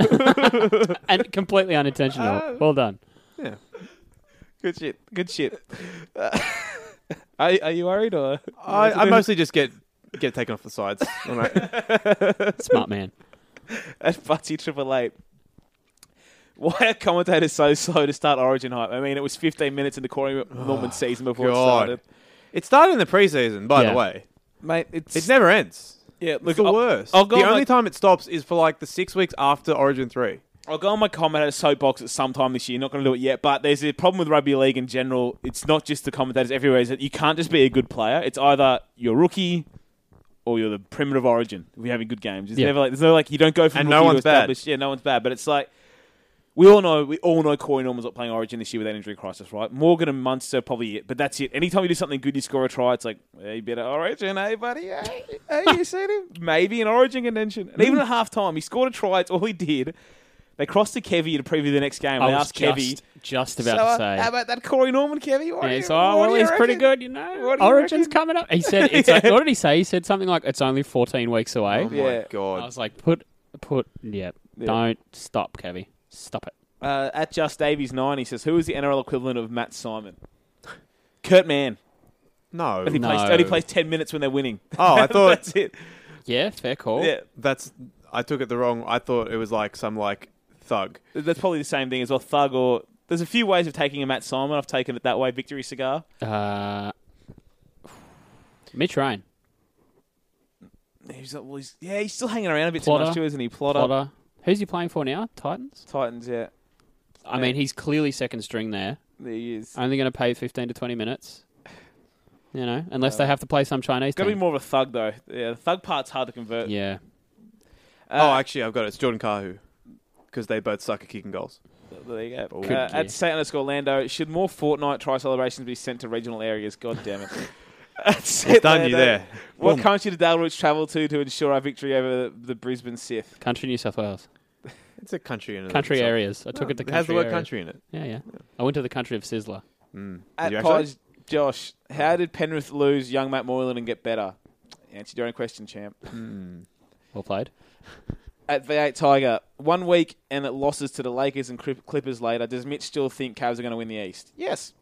And completely unintentional. Uh, well done. Yeah. Good shit. Good shit. Uh, are, are you worried or? I, I mostly just get get taken off the sides. All right. Smart man. at Butty Triple Eight. Why are commentators so slow to start Origin hype? I mean, it was 15 minutes into Corey Norman's season before it Oh, God. started. It started in the preseason, by Yeah. the way. Mate, it's, It never ends. yeah, look, It's the I'll- worst. I'll go the on only my- time it stops is for like the six weeks after Origin 3. I'll go on my commentator soapbox at some time this year. Not going to do it yet, but there's a problem with rugby league in general. It's not just the commentators everywhere. Is that you can't just be a good player. It's either you're rookie or you're the primitive origin. If you're having good games, it's Yeah. never like there's no like you don't go from And rookie no to one's bad. established. Yeah, no one's bad, but it's like. We all know we all know Corey Norman's not playing Origin this year with that injury crisis, right? Morgan and Munster probably it, but that's it. Anytime you do something good, you score a try. It's like, hey, you better Origin, hey buddy, hey, hey you seen him? Maybe an Origin contention. And even at half time, he scored a try. It's all he did. They crossed to Kevy to preview the next game. I They was asked Kevy, just, just so, about uh, to say. "How about that Corey Norman, Kevy? What And do it's, you- oh, what do well, you he's pretty reckon?" good, you know. What do you Origin's reckon? coming up. He said, it's like, what did he say? He said something like, it's only 14 weeks away. Oh Yeah. my I god. was like, put, put, yeah, Yeah. don't stop, Kevy. Stop it. Uh, at Just Davies nine, he says, "Who is the NRL equivalent of Matt Simon?" Kurt Mann. No. Only, No. plays, only plays ten minutes when they're winning. Oh, I thought that's it. Yeah, fair call. Yeah, that's I took it the wrong. I thought it was like some like thug. that's probably the same thing as well. Thug or there's a few ways of taking a Matt Simon. I've taken it that way. Victory cigar. Uh, Mitch Ryan. He's, well, he's, yeah, he's still hanging around a bit Plotter. too much too, isn't he? Plotter. Potter. Who's he playing for now? Titans? Titans. Yeah, I mean, he's clearly second string there. there he is. Only going to pay 15 to 20 minutes. You know, unless they have to play some Chinese Got to be team. more of a thug though. Yeah, the thug part's hard to convert. yeah. oh, Uh, actually, I've got it. It's Jordan Kahu because they both suck at kicking goals. There you go. Could Uh, be. at State underscore Lando, should more Fortnite try celebrations be sent to regional areas? God damn it. That's It's done you there. What Boom. country did Dale Roots travel to to ensure our victory over the, the Brisbane Sith? Country New South Wales. It's a country in it. Country It's a- areas. I took it to It country has the word areas. country in it. Yeah, yeah. I went to the country of Sizzler. At you actually? Podge, Josh, how did Penrith lose young Matt Moylan and get better? Answer your own question, champ. Well played. At V8 Tiger, one week and it losses to the Lakers and Clip- Clippers later. Does Mitch still think Cavs are going to win the East? Yes.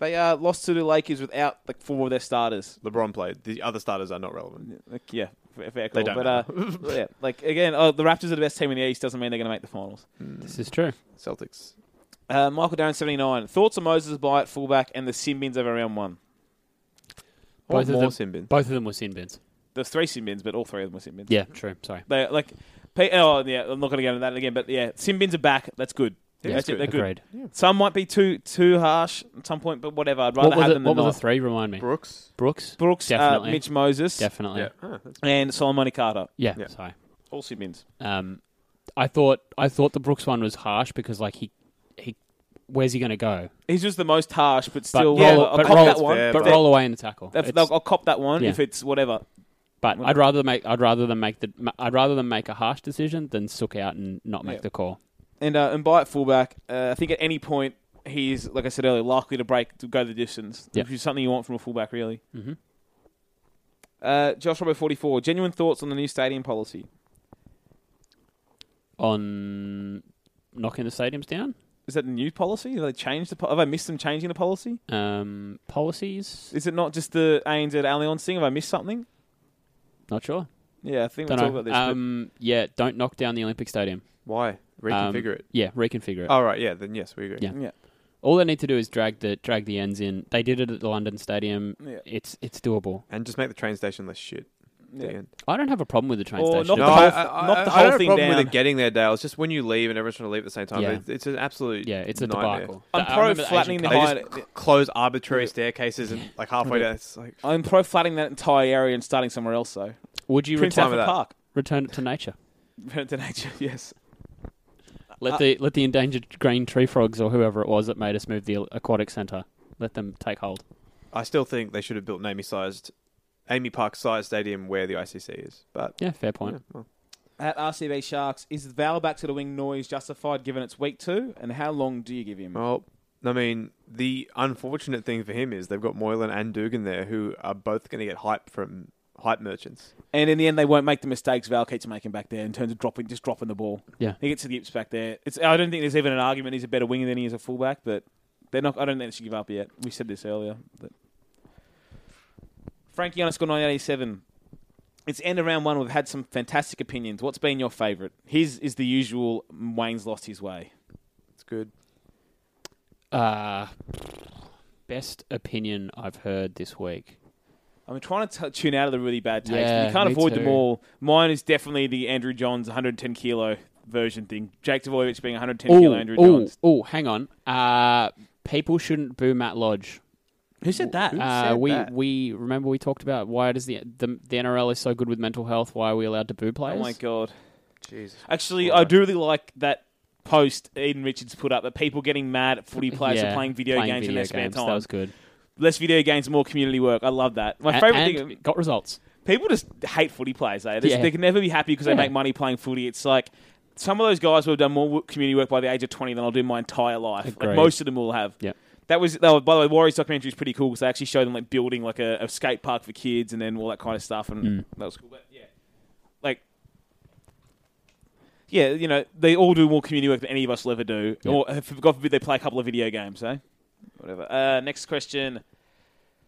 They uh, lost to the Lakers without the four of their starters. LeBron played. The other starters are not relevant. Like, yeah, fair, fair They call. don't but uh, yeah, like again, oh, the Raptors are the best team in the East. Doesn't mean they're going to make the finals. This is true. Celtics. Uh, Michael Down seventy nine. Thoughts on Moses Byatt fullback and the sin bins over round one. I want Both of more them- sin bins. Both of them were sin bins. There's three sin bins, but all three of them were sin bins. Yeah, true. Sorry. They like, pe- oh yeah, I'm not going to go into that again. But yeah, sin bins are back. That's good. Yeah, That's it's it. They're good. good. Agreed. Some might be too too harsh at some point, but whatever. I'd rather What, was have it, them what than were the not. three? Remind me. Brooks. Brooks? Brooks, uh, Definitely. Mitch Moses, Definitely. Yeah. Oh, that's- and Solomon Carter. Yeah. Sorry. All sin bins. Um, I thought I thought the Brooks one was harsh because like he he where's he going to go? He's just the most harsh, but But still, roll, yeah, I'll but, cop roll, that one. fair, but but- roll away in the tackle. If- It's- I'll, I'll cop that one Yeah. if it's whatever. But I'd rather make I'd rather them make the I'd rather them make a harsh decision than sook out and not make Yeah. the call. And uh, and by at fullback, uh, I think at any point he's like I said earlier, likely to break to go the distance, Yeah. which is something you want from a fullback, really. Mhm. Uh, Josh Robo forty four. Genuine thoughts on the new stadium policy? On knocking the stadiums down, Is that the new policy? Have they changed the? Po- have I missed them changing the policy? um, policies. Is it not just the ANZ Allianz thing? Have I missed something? Not sure. Yeah, I think we Don't talked know. about this. but- um, yeah, don't knock down the Olympic Stadium. Why Um, reconfigure it? Yeah, reconfigure it. All right. Yeah. Then yes, we agree. Yeah. yeah, All they need to do is drag the drag the ends in. They did it at the London Stadium. Yeah. It's it's doable. And just make the train station less shit. at the Yeah. end. I don't have a problem with the train Or station. knock No, the whole- I, I, knock the I- I whole don't have a thing problem down. with it getting there, Dale. It's just when you leave and everyone's trying to leave at the same time. Yeah. It's, it's an absolute yeah, it's a nightmare. debacle. I'm I pro remember the Asian flattening the Cup. They height. just Hide- c- close arbitrary staircases and like halfway down. It's like I'm pro flattening that entire area and starting somewhere else. Though Would you Prince time return, Alfred with that. Park, return it to nature? Return to nature. Yes. Uh, Let the let the endangered green tree frogs or whoever it was that made us move the aquatic centre. Let them take hold. I still think they should have built an Amy-sized, Amy Park-sized stadium where the ICC is. But Yeah, fair point. At RCB Sharks, is Val back to the wing noise justified given it's week two? And how long do you give him? well, I mean, the unfortunate thing for him is they've got Moylan and Dugan there, who are both going to get hype from hype merchants. And in the end, they won't make the mistakes Val keeps making back there in terms of dropping, just dropping the ball. Yeah. he gets to the hips back there. It's I don't think there's even an argument he's a better winger than he is a fullback, but they're not. I don't think they should give up yet. We said this earlier. But. Frankie underscore nine eighty seven. It's end of round one. We've had some fantastic opinions. What's been your favourite? His is the usual. Wayne's lost his way. It's good. Uh, best opinion I've heard this week. I'm trying to t- tune out of the really bad taste. but Yeah, you can't me avoid them too. all. Mine is definitely the Andrew Johns 110 kilo version thing. Jake Dvojevic being 110 kilo Andrew Oh, Johns. oh, hang on. Uh, people shouldn't boo Matt Lodge. Who said that? Uh, we we remember we talked about why does the, the the NRL is so good with mental health? Why are we allowed to boo Oh players? my god. Jesus. Actually, I do really like that post Eden Richards put up that people getting mad at footy players Yeah, for playing video games in video their spare games, time. That was good. Less video games, more community work. I love that. My A- favorite and thing got results. people just hate footy players. Eh? They- Yeah. They can never be happy because Yeah. they make money playing footy. It's like some of those guys will have done more wo- community work by the age of twenty than I'll do my entire life. Like Agreed. most of them will have. Yep. That was that was, by the way, Warriors documentary is pretty cool because they actually showed them like building like a, a skate park for kids and then all that kind of stuff, and that was cool. But yeah, like. Yeah, you know, they all do more community work than any of us will ever do. Yeah. Or, if- God forbid, they play a couple of video games, eh? Whatever. Uh, next question.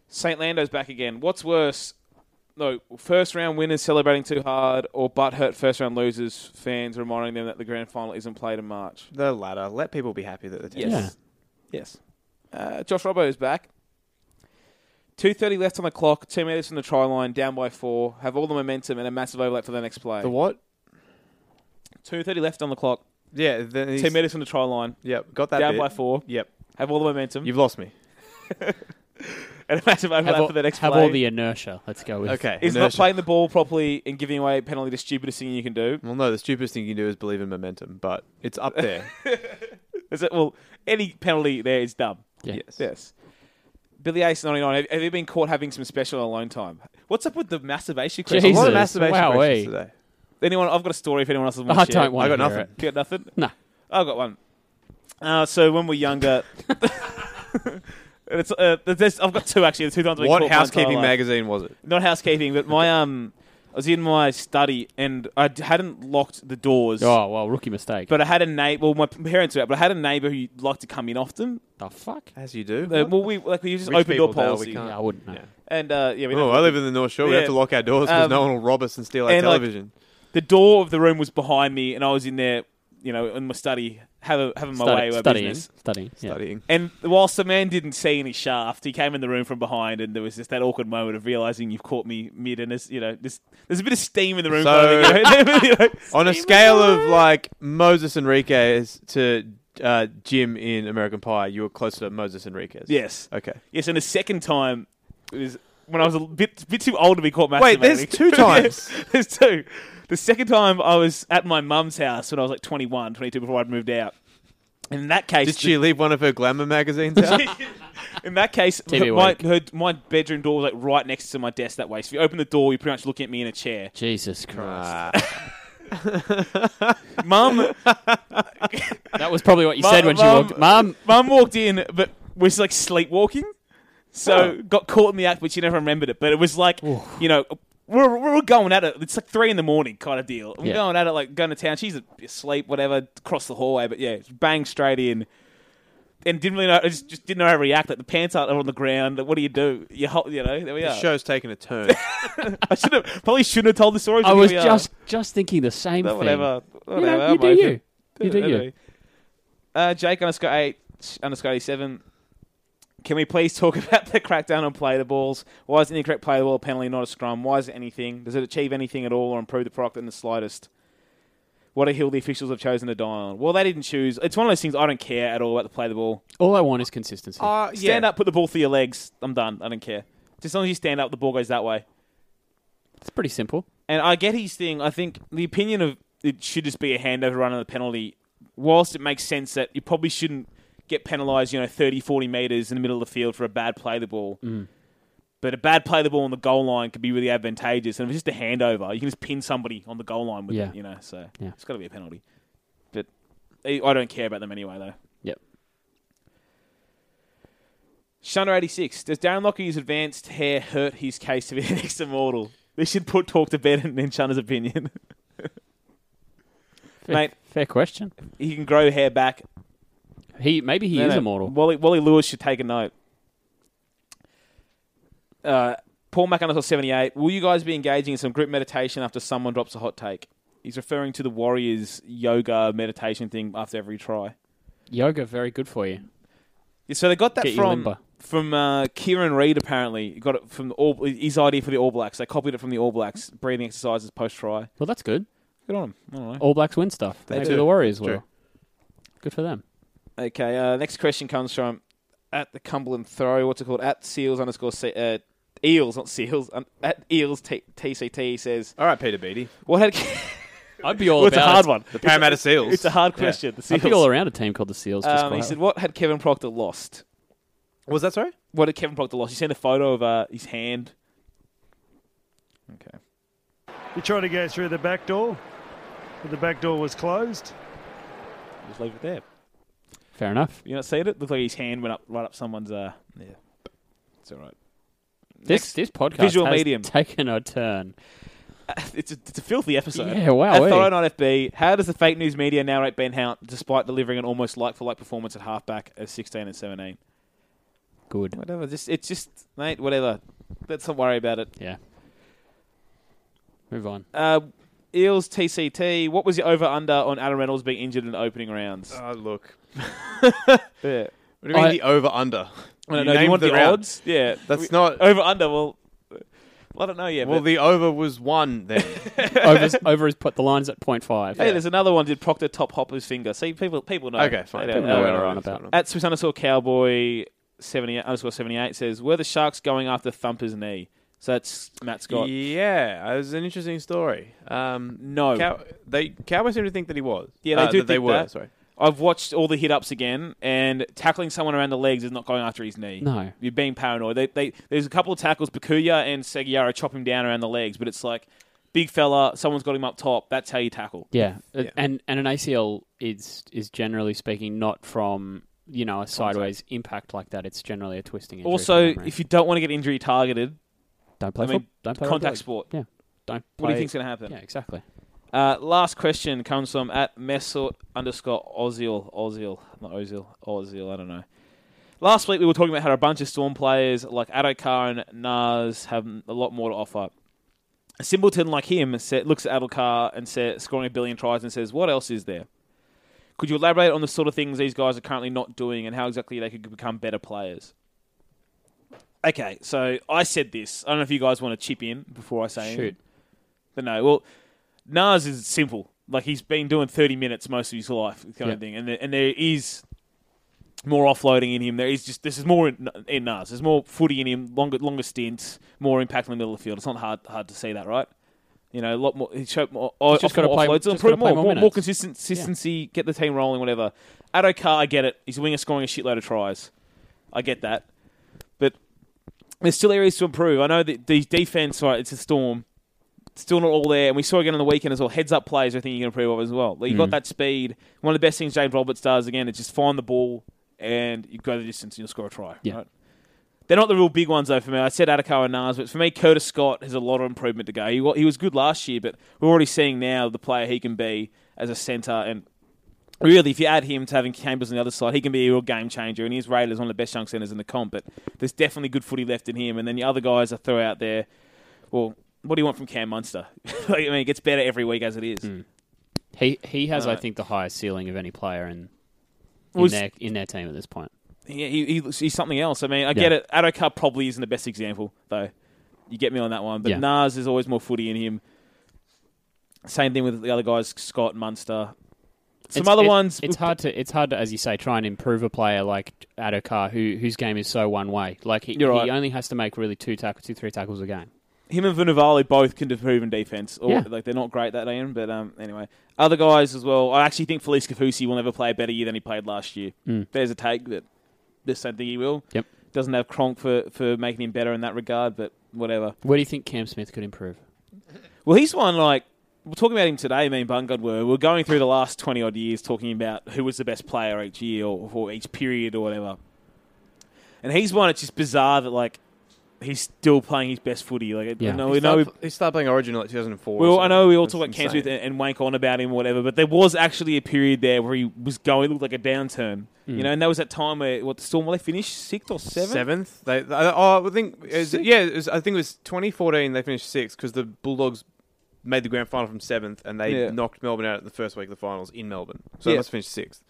St. Lando's back again. What's worse, no, first round winners celebrating too hard, or butthurt first round losers fans reminding them that the grand final isn't played in March. The latter. Let people be happy that the team. Yeah. Yes. Uh, Josh Robbo is back. 2.30 left on the clock, 2 metres from the try line, down by 4, have all the momentum and a massive overlap for the next play. The what? 2.30 left on the clock, Yeah. The, 2 metres from the try line, Yep. Got that. down bit. by 4, Yep. have all the momentum You've lost me. and a massive overlap Have, all, for the next have play. all the inertia. Let's go with Okay. is not inertia. playing the ball properly and giving away a penalty the stupidest thing you can do. Well, no. The stupidest thing you can do is believe in momentum, but it's up there. Is it, well, any penalty there is dumb. Yeah. Yes. Billy Ace 99, have, have you been caught having some special alone time? What's up with the masturbation question? a lot Jesus, of masturbation wowee. questions today. Anyone, I've got a story if anyone else wants to I share. don't want I to got hear nothing. it. You got nothing? No. I've got one. Uh, so when we're younger... it's, uh, there's, I've got two, actually. There's two times I've been What caught my entire housekeeping life magazine was it? not housekeeping, but my um, I was in my study and I d- hadn't locked the doors. Oh well, rookie mistake. But I had a neighbor. Well, my parents were out, but I had a neighbor who liked to come in often. the fuck? As you do. Uh, well, we like we used Rich open door people, Dale, we policy, can't. Yeah, I wouldn't know. and uh, yeah, we oh, I live in the North Shore. We Yeah. have to lock our doors because Um, no one will rob us and steal our and, like, television. the door of the room was behind me, and I was in there, you know, in my study, having having my Study- way with my studying, business. studying. yeah. Studying. And whilst the man didn't see any shaft, he came in the room from behind, and there was just that awkward moment of realizing you've caught me mid, and there's you know, there's, there's a bit of steam in the room. So- flowing, you know? On a scale of like Moses Enriquez to uh, Jim in American Pie, you were closer to Moses Enriquez. yes, Okay. Yes, and the second time is when I was a bit bit too old to be caught masturbating. Wait, there's two times. Yeah, there's two. The second time I was at my mum's house when I was like 21, 22 before I'd moved out. And in that case, Did she leave one of her glamour magazines out? in that case, TV my Week. her, my bedroom door was like right next to my desk that way. So if you open the door, you're pretty much looking at me in a chair. Jesus Christ. Mum, That was probably what you Mum- said when she Mum- walked. Mum, mum walked in, but was like sleepwalking. So got caught in the act, but she never remembered it. But it was like, you know, we're, we're all going at it. It's like three in the morning kind of deal. We're Yeah. going at it, like going to town. She's asleep, whatever, across the hallway. But yeah, bang straight in. And didn't really know. I just, just didn't know how to react. Like the pants are on the ground. Like, what do you do? You ho- you know. There we The are. show's taken a turn. I should have probably shouldn't have told the story. but I here was we are. just just thinking the same But thing. uh, whatever. You, whatever. know, you I'm do open. you. You do you. Uh, Jake underscore eight underscore eighty seven. Can we please talk about the crackdown on play the balls? Why is an incorrect play the ball a penalty, not a scrum? Why is it anything? Does it achieve anything at all or improve the product in the slightest? What a hill the officials have chosen to die on. Well, they didn't choose. It's one of those things I don't care at all about the play the ball. All I want is consistency. Stand up, put the ball through your legs. I'm done. I don't care. Just as long as you stand up, the ball goes that way. it's pretty simple. And I get his thing. I think the opinion of it should just be a handover run on the penalty, whilst it makes sense that you probably shouldn't get penalised, you know, 30, 40 metres in the middle of the field for a bad play of the ball. Mm. But a bad play of the ball on the goal line could be really advantageous. And if it's just a handover, you can just pin somebody on the goal line with Yeah. it, you know. So Yeah. it's got to be a penalty. But I I don't care about them anyway, though. Yep. Shunner 86. Does Darren Lockyer's advanced hair hurt his case to be the next immortal? They should put talk to bed and then Shunner's opinion. Fair, Mate. fair question. he can grow hair back. He maybe he No, is no. immortal. Wally, Wally Lewis should take a note. Uh, Paul McAnussel seventy eight. Will you guys be engaging in some group meditation after someone drops a hot take? He's referring to the Warriors yoga meditation thing after every try. Yoga, very good for you. Yeah, so they got that Get you from limber. from uh, Kieran Reid. Apparently, He got it from the all, his idea for the All Blacks. They copied it from the All Blacks breathing exercises post try. Well, that's good. Good on them. I don't know. All Blacks win stuff. They Maybe do. the Warriors True. will. Good for them. Okay, uh, next question comes from at the Cumberland Throw. What's it called? At Seals underscore C- uh, Eels, not Seals. Um, at Eels T- TCT says, All right, Peter Beattie. "What had?" I'd be all Well, it's a about hard one. The Parramatta Seals. It's a hard question. The I'd Seals. be all around a team called the Seals. Just Um, he quite- said, "What had Kevin Proctor lost? Was that sorry? What had Kevin Proctor lost? He sent a photo of uh, his hand. Okay. He tried to go through the back door, but the back door was closed. Just leave it there. Fair enough. You not seen it? Looked like his hand went up right up someone's. Uh, yeah, it's all right. This this podcast visual has medium. taken a turn. It's a, it's a filthy episode. Yeah, wow, At eh? Thorough Night FB, how does the fake news media narrate Ben Hunt despite delivering an almost like for like performance at halfback at 16 and 17? Good. Whatever. Just It's just, mate, whatever. Let's not worry about it. Yeah. Move on. Uh, Eels TCT, what was your over under on Adam Reynolds being injured in the opening rounds? Oh, look. yeah. What do you mean I- the over under? I don't know. Do you want the, odds? Yeah. That's We- not. Over under, well, well, I don't know yet. well, but- the over was one then. Over's, over has put the lines at point five. hey, there's another one. Did Proctor top hop his finger? See, people people know. okay, fine. They don't People know what what I'm we're on on about. about. At Swiss underscore cowboy seventy eight underscore seventy eight says, "Were the Sharks going after Thumper's knee?" So that's Matt Scott. Yeah, it was an interesting story. Um, No. Cow- they Cowboys seem to think that he was. Yeah, they Uh, do that they think were. that. Sorry. I've watched all the hit ups again, and tackling someone around the legs is not going after his knee. No. you're being paranoid. They, they, there's a couple of tackles. Bakuya and Seguiara chop him down around the legs, but it's like big fella. Someone's got him up top. That's how you tackle. Yeah. Uh, and and an ACL is is generally speaking not from you know a sideways impact like that. It's generally a twisting. Injury Also, if you don't want to get injury targeted, don't play, I mean, foot- don't play contact football. sport. Yeah. Don't. what do you play- think's going to happen? Yeah, exactly. Uh, last question comes from at Messort underscore Ozil. Ozil, not Ozil. Ozil, I don't know. Last week we were talking about how a bunch of Storm players like Adokar and Nas have a lot more to offer. Simpleton like him sa looks at Adokar and sa scoring a billion tries and says, what else is there? Could you elaborate on the sort of things these guys are currently not doing and how exactly they could become better players? Okay, so I said this. I don't know if you guys want to chip in before I say anything. Shoot. But no, well, Nas is simple. Like he's been doing thirty minutes most of his life, kind Yeah. of thing. And there, and there is more offloading in him. There is just this is more in, in Nas. There's more footy in him. Longer longer stints. More impact in the middle of the field. It's not hard hard to see that, right? You know, a lot more. He showed more. He's just got gotta to play- offloads. He'll just gotta improve more, play more, more more, minutes. consisten- consistency. Get the team rolling. Whatever. Adokar, I get it. He's a winger scoring a shitload of tries. I get that, but there's still areas to improve. I know that the defense, right? It's a storm still not all there. And we saw again on the weekend as well. Heads up plays, I think you can improve on as well. Like, You've got that speed. One of the best things James Roberts does again is just find the ball and you go the distance and you'll score a try. Yeah. Right? They're not the real big ones though for me. I said Adakar and Nas, but for me, Curtis Scott has a lot of improvement to go. He, wa- he was good last year, but we're already seeing now the player he can be as a centre and. Really, if you add him to having Chambers on the other side, he can be a real game changer. And he's rated as one of the best young centres in the comp. But there's definitely good footy left in him. And then the other guys I throw out there, well, what do you want from Cam Munster? I mean, it gets better every week as it is. Hmm. He he has, I Alright. think, the highest ceiling of any player in in Was- their in their team at this point. He, he, he looks- he's something else. I mean, I get Yeah. it. Adokar probably isn't the best example, though. You get me on that one. But Yeah. Nas, there's always more footy in him. Same thing with the other guys, Scott, Munster. Some It's- other it- ones. It's hard to it's hard to, as you say, try and improve a player like Adokar, who whose game is so one way. Like he, You're right. he only has to make really two tackles, two three tackles a game. him and Vunivali both can improve in defense. Or, Yeah. Like they're not great that day in, but um, anyway, other guys as well. I actually think Felice Kafusi will never play a better year than he played last year. There's a take that this don't think he will. Mm. Yep. Doesn't have Kronk for for making him better in that regard, but whatever. Where do you think Cam Smith could improve? Well, he's one like we're talking about him today. Me and Bungard were we we're going through the last twenty odd years talking about who was the best player each year or, or each period or whatever. And he's one. It's just bizarre that like he's still playing his best footy. Like, Yeah. I know, he, we know started, he started playing Origin in like 2004. well, I know we all That's talk about insane. Camsmith and, and wank on about him, or whatever. But there was actually a period there where he was going, it looked like a downturn, you know. And that was that time where what the Storm they finished sixth or seventh. Hmm. Seventh. They, they- oh, I think, it was- yeah, it was, I think it was 2014. They finished sixth because the Bulldogs made the grand final from seventh, and they Yeah. knocked Melbourne out at the first week of the finals in Melbourne. So Yeah. they must have finished sixth.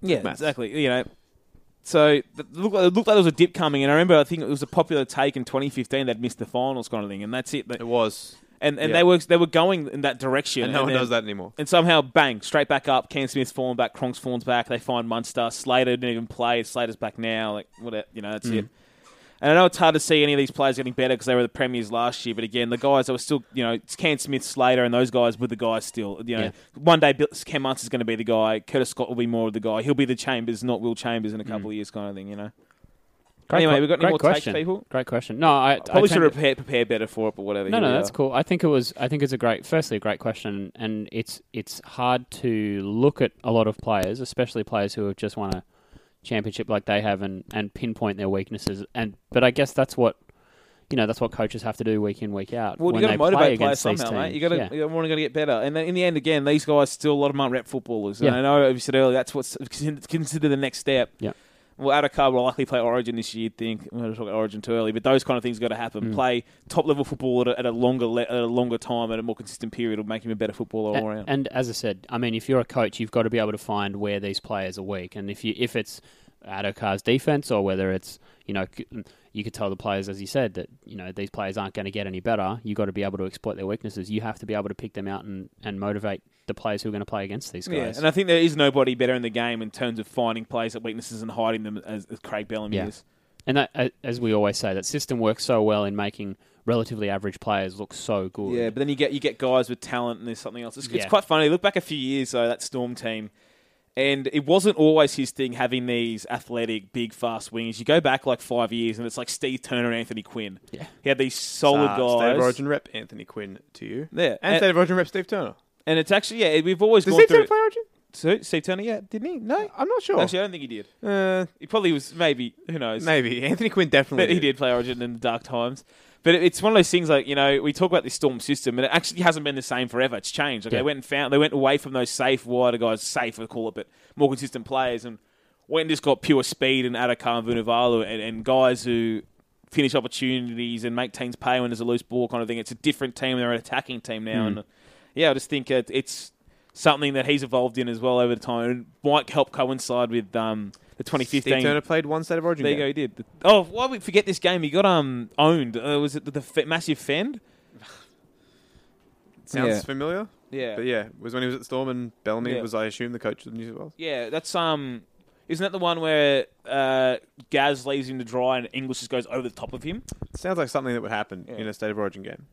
Yeah, Maths. exactly. You know, so it looked like, it looked like there was a dip coming, and I remember I think it was a popular take in 2015 they'd missed the finals kind of thing, and that's it. They- It was, And and yeah. they were they were going in that direction, and no one then- does that anymore. And somehow, bang, straight back up. Cam Smith's falling back. Kronk's falling back. They find Munster. Slater didn't even play. Slater's back now. Like, what? a- You know, that's Hmm. it. And I know it's hard to see any of these players getting better because they were the premiers last year. But again, the guys that were still, you know, it's Cam Smith, Slater, and those guys were the guys still. You know, Yeah. one day Bill- Cam Munster's going to be the guy. Curtis Scott will be more of the guy. He'll be the Chambers, not Will Chambers, Hmm. in a couple of years, kind of thing. You know. anyway, que- we got any great more takes, question. people? Great question. No, I I Probably should tend to- prepare, prepare better for it, but whatever. No, Here no, we that's are. cool. I think it was. I think it's a great. Firstly, a great question, and it's it's hard to look at a lot of players, especially players who have just won a championship like they have, and and pinpoint their weaknesses. And but I guess that's what you know. That's what coaches have to do week in week out. Well, when you got they to play motivate players against these somehow, mate. teams. You got to Yeah. you want to get better, and then in the end, again, these guys still a lot of them aren't rep footballers. And Yeah. I know you said earlier that's what's considered the next step. Yeah. Well, Adakar will likely play Origin this year. Think we're going to talk about Origin too early, but those kind of things got to Mm. happen. Play top level football at a, at a longer le- at a longer time at a more consistent period will make him a better footballer all A- around. And as I said, I mean, if you're a coach, you've got to be able to find where these players are weak, and if you if it's Adokar's defense or whether it's you know c- you could tell the players as you said that you know these players aren't going to get any better. You've got to be able to exploit their weaknesses. You have to be able to pick them out and, and motivate the players who are going to play against these yeah, guys. and I think there is nobody better in the game in terms of finding players at weaknesses and hiding them as, as Craig Bellamy Yeah. is. And that, a- as we always say, that system works so well in making relatively average players look so good. Yeah, but then you get you get guys with talent and there's something else. It's, it's Yeah. quite funny. Look back a few years though, that Storm team, and it wasn't always his thing having these athletic, big, fast wingers. You go back like five years, and it's like Steve Turner, and Anthony Quinn. Yeah. he had these solid Uh, State of guys. Origin rep Anthony Quinn to you. Yeah, And, and, State of Origin rep Steve Turner. and it's actually yeah, we've always Does gone Steve through. Turner play Origin? So, Steve Turner, yeah, didn't he? No, I'm not sure. actually, I don't think he did. uh, He probably was maybe who knows. maybe Anthony Quinn definitely. But he did play Origin in the dark times. But it- it's one of those things like you know we talk about this storm system, and it actually hasn't been the same forever. It's changed. Like Yeah. they went and found they went away from those safe wider guys, safe we call it, but more consistent players, and went and just got pure speed and Adakar and Vunivalu and, and guys who finish opportunities and make teams pay when there's a loose ball kind of thing. It's a different team. They're an attacking team Hmm. now, and uh, yeah, I just think it, it's something that he's evolved in as well over the time, and might help coincide with um, the Steve 2015 Turner played one State of Origin. there you game. go. He did. Oh, why we forget this game? He got um owned. Uh, was it the, the f- massive fend? Sounds Yeah. familiar. Yeah. But yeah, it was when he was at the Storm and Bellamy Yeah. was, I assume, the coach of the New South Wales. Yeah, that's um. Isn't that the one where uh, Gaz leaves him to dry and English just goes over the top of him? Sounds like something that would happen Yeah. in a State of Origin game.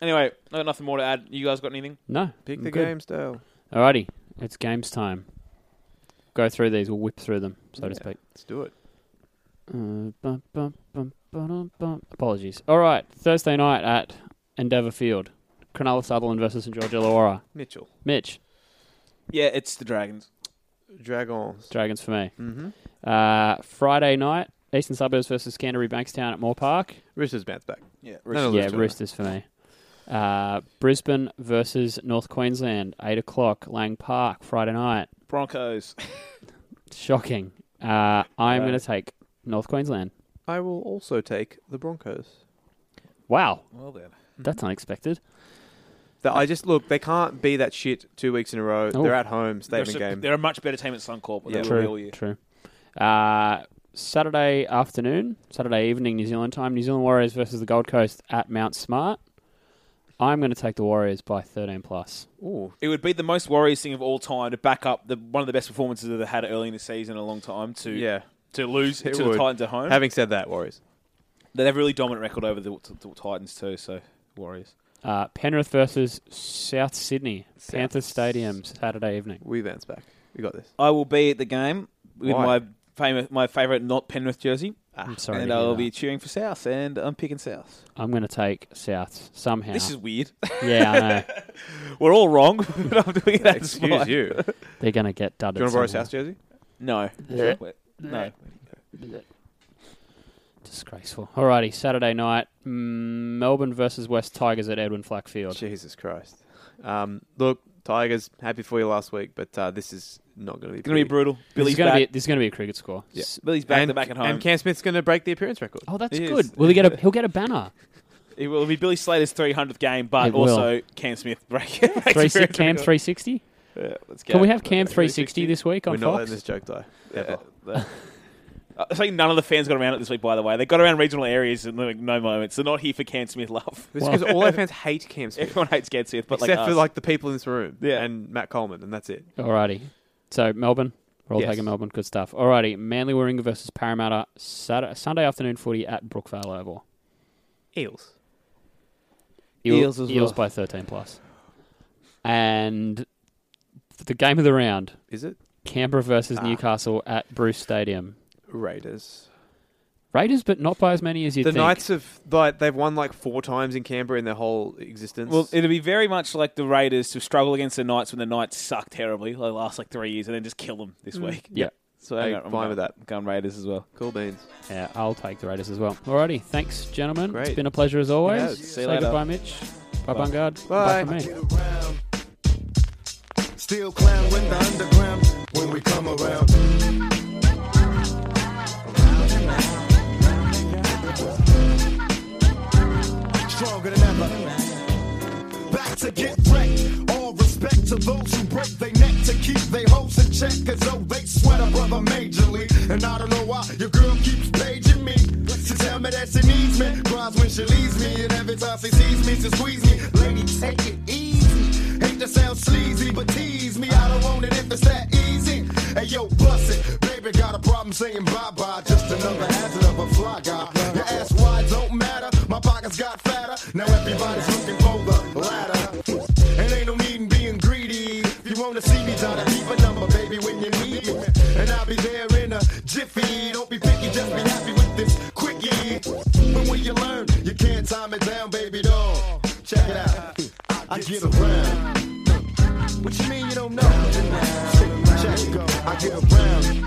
Anyway, I got nothing more to add. You guys got anything? no, Mm, Pick I'm the good. game style. Alrighty, it's games time. Go through these. We'll whip through them, so to Yeah. speak. Let's do it. Uh, bum, bum, bum, bum, bum. Apologies. All right, Thursday night at Endeavour Field, Cronulla Sutherland versus St George Illawarra. Mitchell. Mitch, Yeah, it's the Dragons. Dragons. Dragons for me. Mm-hmm. Uh, Friday night, Eastern Suburbs versus Canterbury Bankstown at Moore Park. Roosters bounce back. Yeah, Roosters. yeah, Roosters for me. Uh, Brisbane versus North Queensland, eight o'clock, Lang Park, Friday night. Broncos. Shocking. Uh, I'm Right. going to take North Queensland. I will also take the Broncos. Wow, well then. that's unexpected. That I just look. They can't be that shit two weeks in a row. Oh. They're at home. They're, Statement game. they're a much better team at Suncorp. Yeah, Yeah. All year. True. Uh, Saturday afternoon, Saturday evening, New Zealand time, New Zealand Warriors versus the Gold Coast at Mount Smart. I'm going to take the Warriors by 13 plus. Ooh, It would be the most worries thing of all time to back up the one of the best performances that they had early in the season in a long time to yeah. to lose It to would. the Titans at home. Having said that, Warriors. They have a really dominant record over the, the, the Titans too, so Warriors. Uh, Penrith versus South Sydney, South Panthers Stadium, Saturday evening. We bounce back. We got this. I will be at the game with Why? my famous, my favourite not Penrith jersey, Ah, I'm sorry. and to hear I'll that. Ah. be cheering for South, and I'm picking South. I'm going to take South somehow. This is weird. yeah, I know. We're all wrong, but I'm doing that. Excuse you. Do They're going to get dudded. you want to borrow somehow. South jersey? No, Yeah. no. Disgraceful. Alrighty, Saturday night, mm, Melbourne versus West Tigers at Edwin Flack Field. Jesus Christ. Um, look, Tigers, happy for you last week, but uh, this is not going to be. Going to be pretty. brutal. This Billy's is gonna back. be this is gonna be a cricket score. Yeah. S- Billy's back. and, they're back at home. And Cam Smith's going to break the appearance record. Oh, that's He is. good. Will he get a he'll get a banner? it will be Billy Slater's 300th game, but It will. also Cam Smith break. breaks Three, si- record. Cam three sixty. Yeah, let's go. Can we have Cam three sixty this week on uh, We're not Fox? letting this joke die. Yeah, Ever. the- I think none of the fans got around it this week. By the way, they got around regional areas and like no moments. They're not here for Cam Smith love. This because all our fans hate Cam Smith. Everyone hates Cam Smith, but except like for us. like the people in this room Yeah. and Matt Coleman, and that's it. Alrighty. So Melbourne, we're all Yes. taking Melbourne. Good stuff. Alrighty, Manly Warringah versus Parramatta Saturday, Sunday afternoon footy at Brookvale Oval. Eels. Eel- Eels as Eels well. by thirteen plus. And the game of the round: Is it? Canberra versus Ah. Newcastle at Bruce Stadium. Raiders. Raiders, but not by as many as you The think. Knights have like they've won like four times in Canberra in their whole existence. Well, it'll be very much like the Raiders to struggle against the Knights when the Knights suck terribly like last like three years, and then just kill them this week. yeah. So Hey, I'm fine going- with that. I'm going Raiders as well. cool beans. Yeah, I'll take the Raiders as well. Alrighty, thanks, gentlemen. It's Great. been a pleasure as always. Yes. See Say you later. goodbye, Mitch. Bye, Bye. Bungard. Bye. Bye from me. Still clown with the underground when we come around. Stronger than ever. Back to get wrecked. All respect to those who break their neck to keep their hoes in check. Cause though they sweat a brother majorly. And I don't know why your girl keeps paging me. She tell me that she needs me. Cries when she leaves me. And every time she sees me, she squeeze me. Lady, take it easy. Hate to sound sleazy, but tease me. I don't want it if it's that easy. Hey yo, bust it. Baby got a problem saying bye bye. Just another hazard of a fly guy. Your ass wide don't matter. My pockets got fatter. Now everybody's looking for the ladder. And ain't no need in being greedy. If you wanna see me, try to keep a number, baby, when you need it. And I'll be there in a jiffy. Don't be picky, just be happy with this quickie. When will you learn? You can't time it down, baby doll. Check it out. I get around. What you mean you don't know? Check it out. I get around.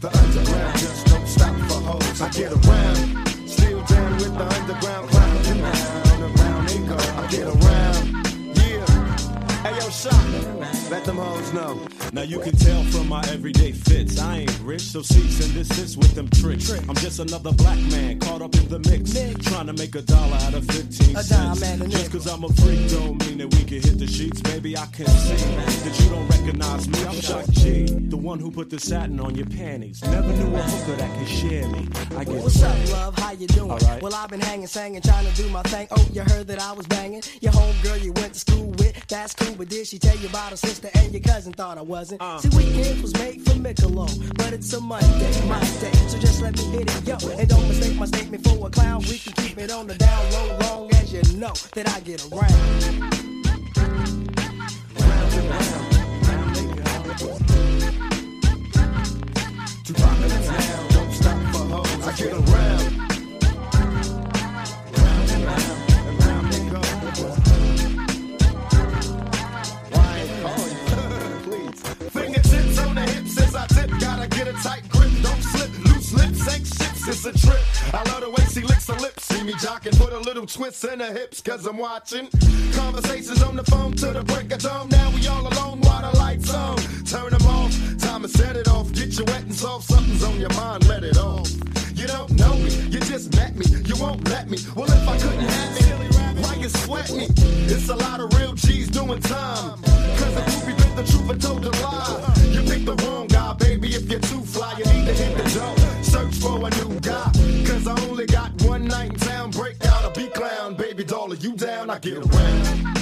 The underground just don't stop for hoes. I get around. Still down with the underground crowd. And round and round and go. I get around. Yeah. Hey, yo, Shot. Let them hoes know. Now you can tell from my everyday fits. I ain't rich, so cease and desist with them tricks. I'm just another black man caught up in the mix. Trying to make a dollar out of 15 A dime cents. and a Just cause I'm a freak don't mean that we can hit the sheets. Baby, I can see that you don't recognize me. I'm Shock G, the one who put the satin on your panties. Never knew a hooker that could share me. I get What's up, around. love? How you doing? All right. Well, I've been hanging, singing, trying to do my thing. Oh, you heard that I was banging your homegirl you went to school with. That's cool, but did she tell you about her sister and your cousin? Thought I wasn't. Uh. See, weekend was made for Michelob, but it's a Monday, my day. So just let me hit it, yo, and don't mistake my statement for a clown. We can keep it on the down low, long as you know that I get around. Too popular now. Don't stop for hoes. I get around. Round and round and round they go. Why ain't calling? Please. Fingertips on the hips as I tip. Gotta get a tight grip. Don't slip. Loose lips ain't ships. It's a trip. I love the way she licks her lips. See me jocking. Put a little twist in her hips. Cause I'm watching. Conversations on the phone to the break of dawn. Now we all alone while the lights on. Turn them off. Time to set it off. Get you wet and soft. Something's on your mind. Let it off. You don't know me. You just met me. You won't let me. Well, if I couldn't have it, why you sweat me? It's a lot of real G's doing time. Cause the groupie bit the truth and told a lie. You picked the wrong guy, baby. If you're too fly, you need to hit the door. Search for a new guy. Cause I only got one night in town. Break out a B clown, baby. Dollar, you down, I get around.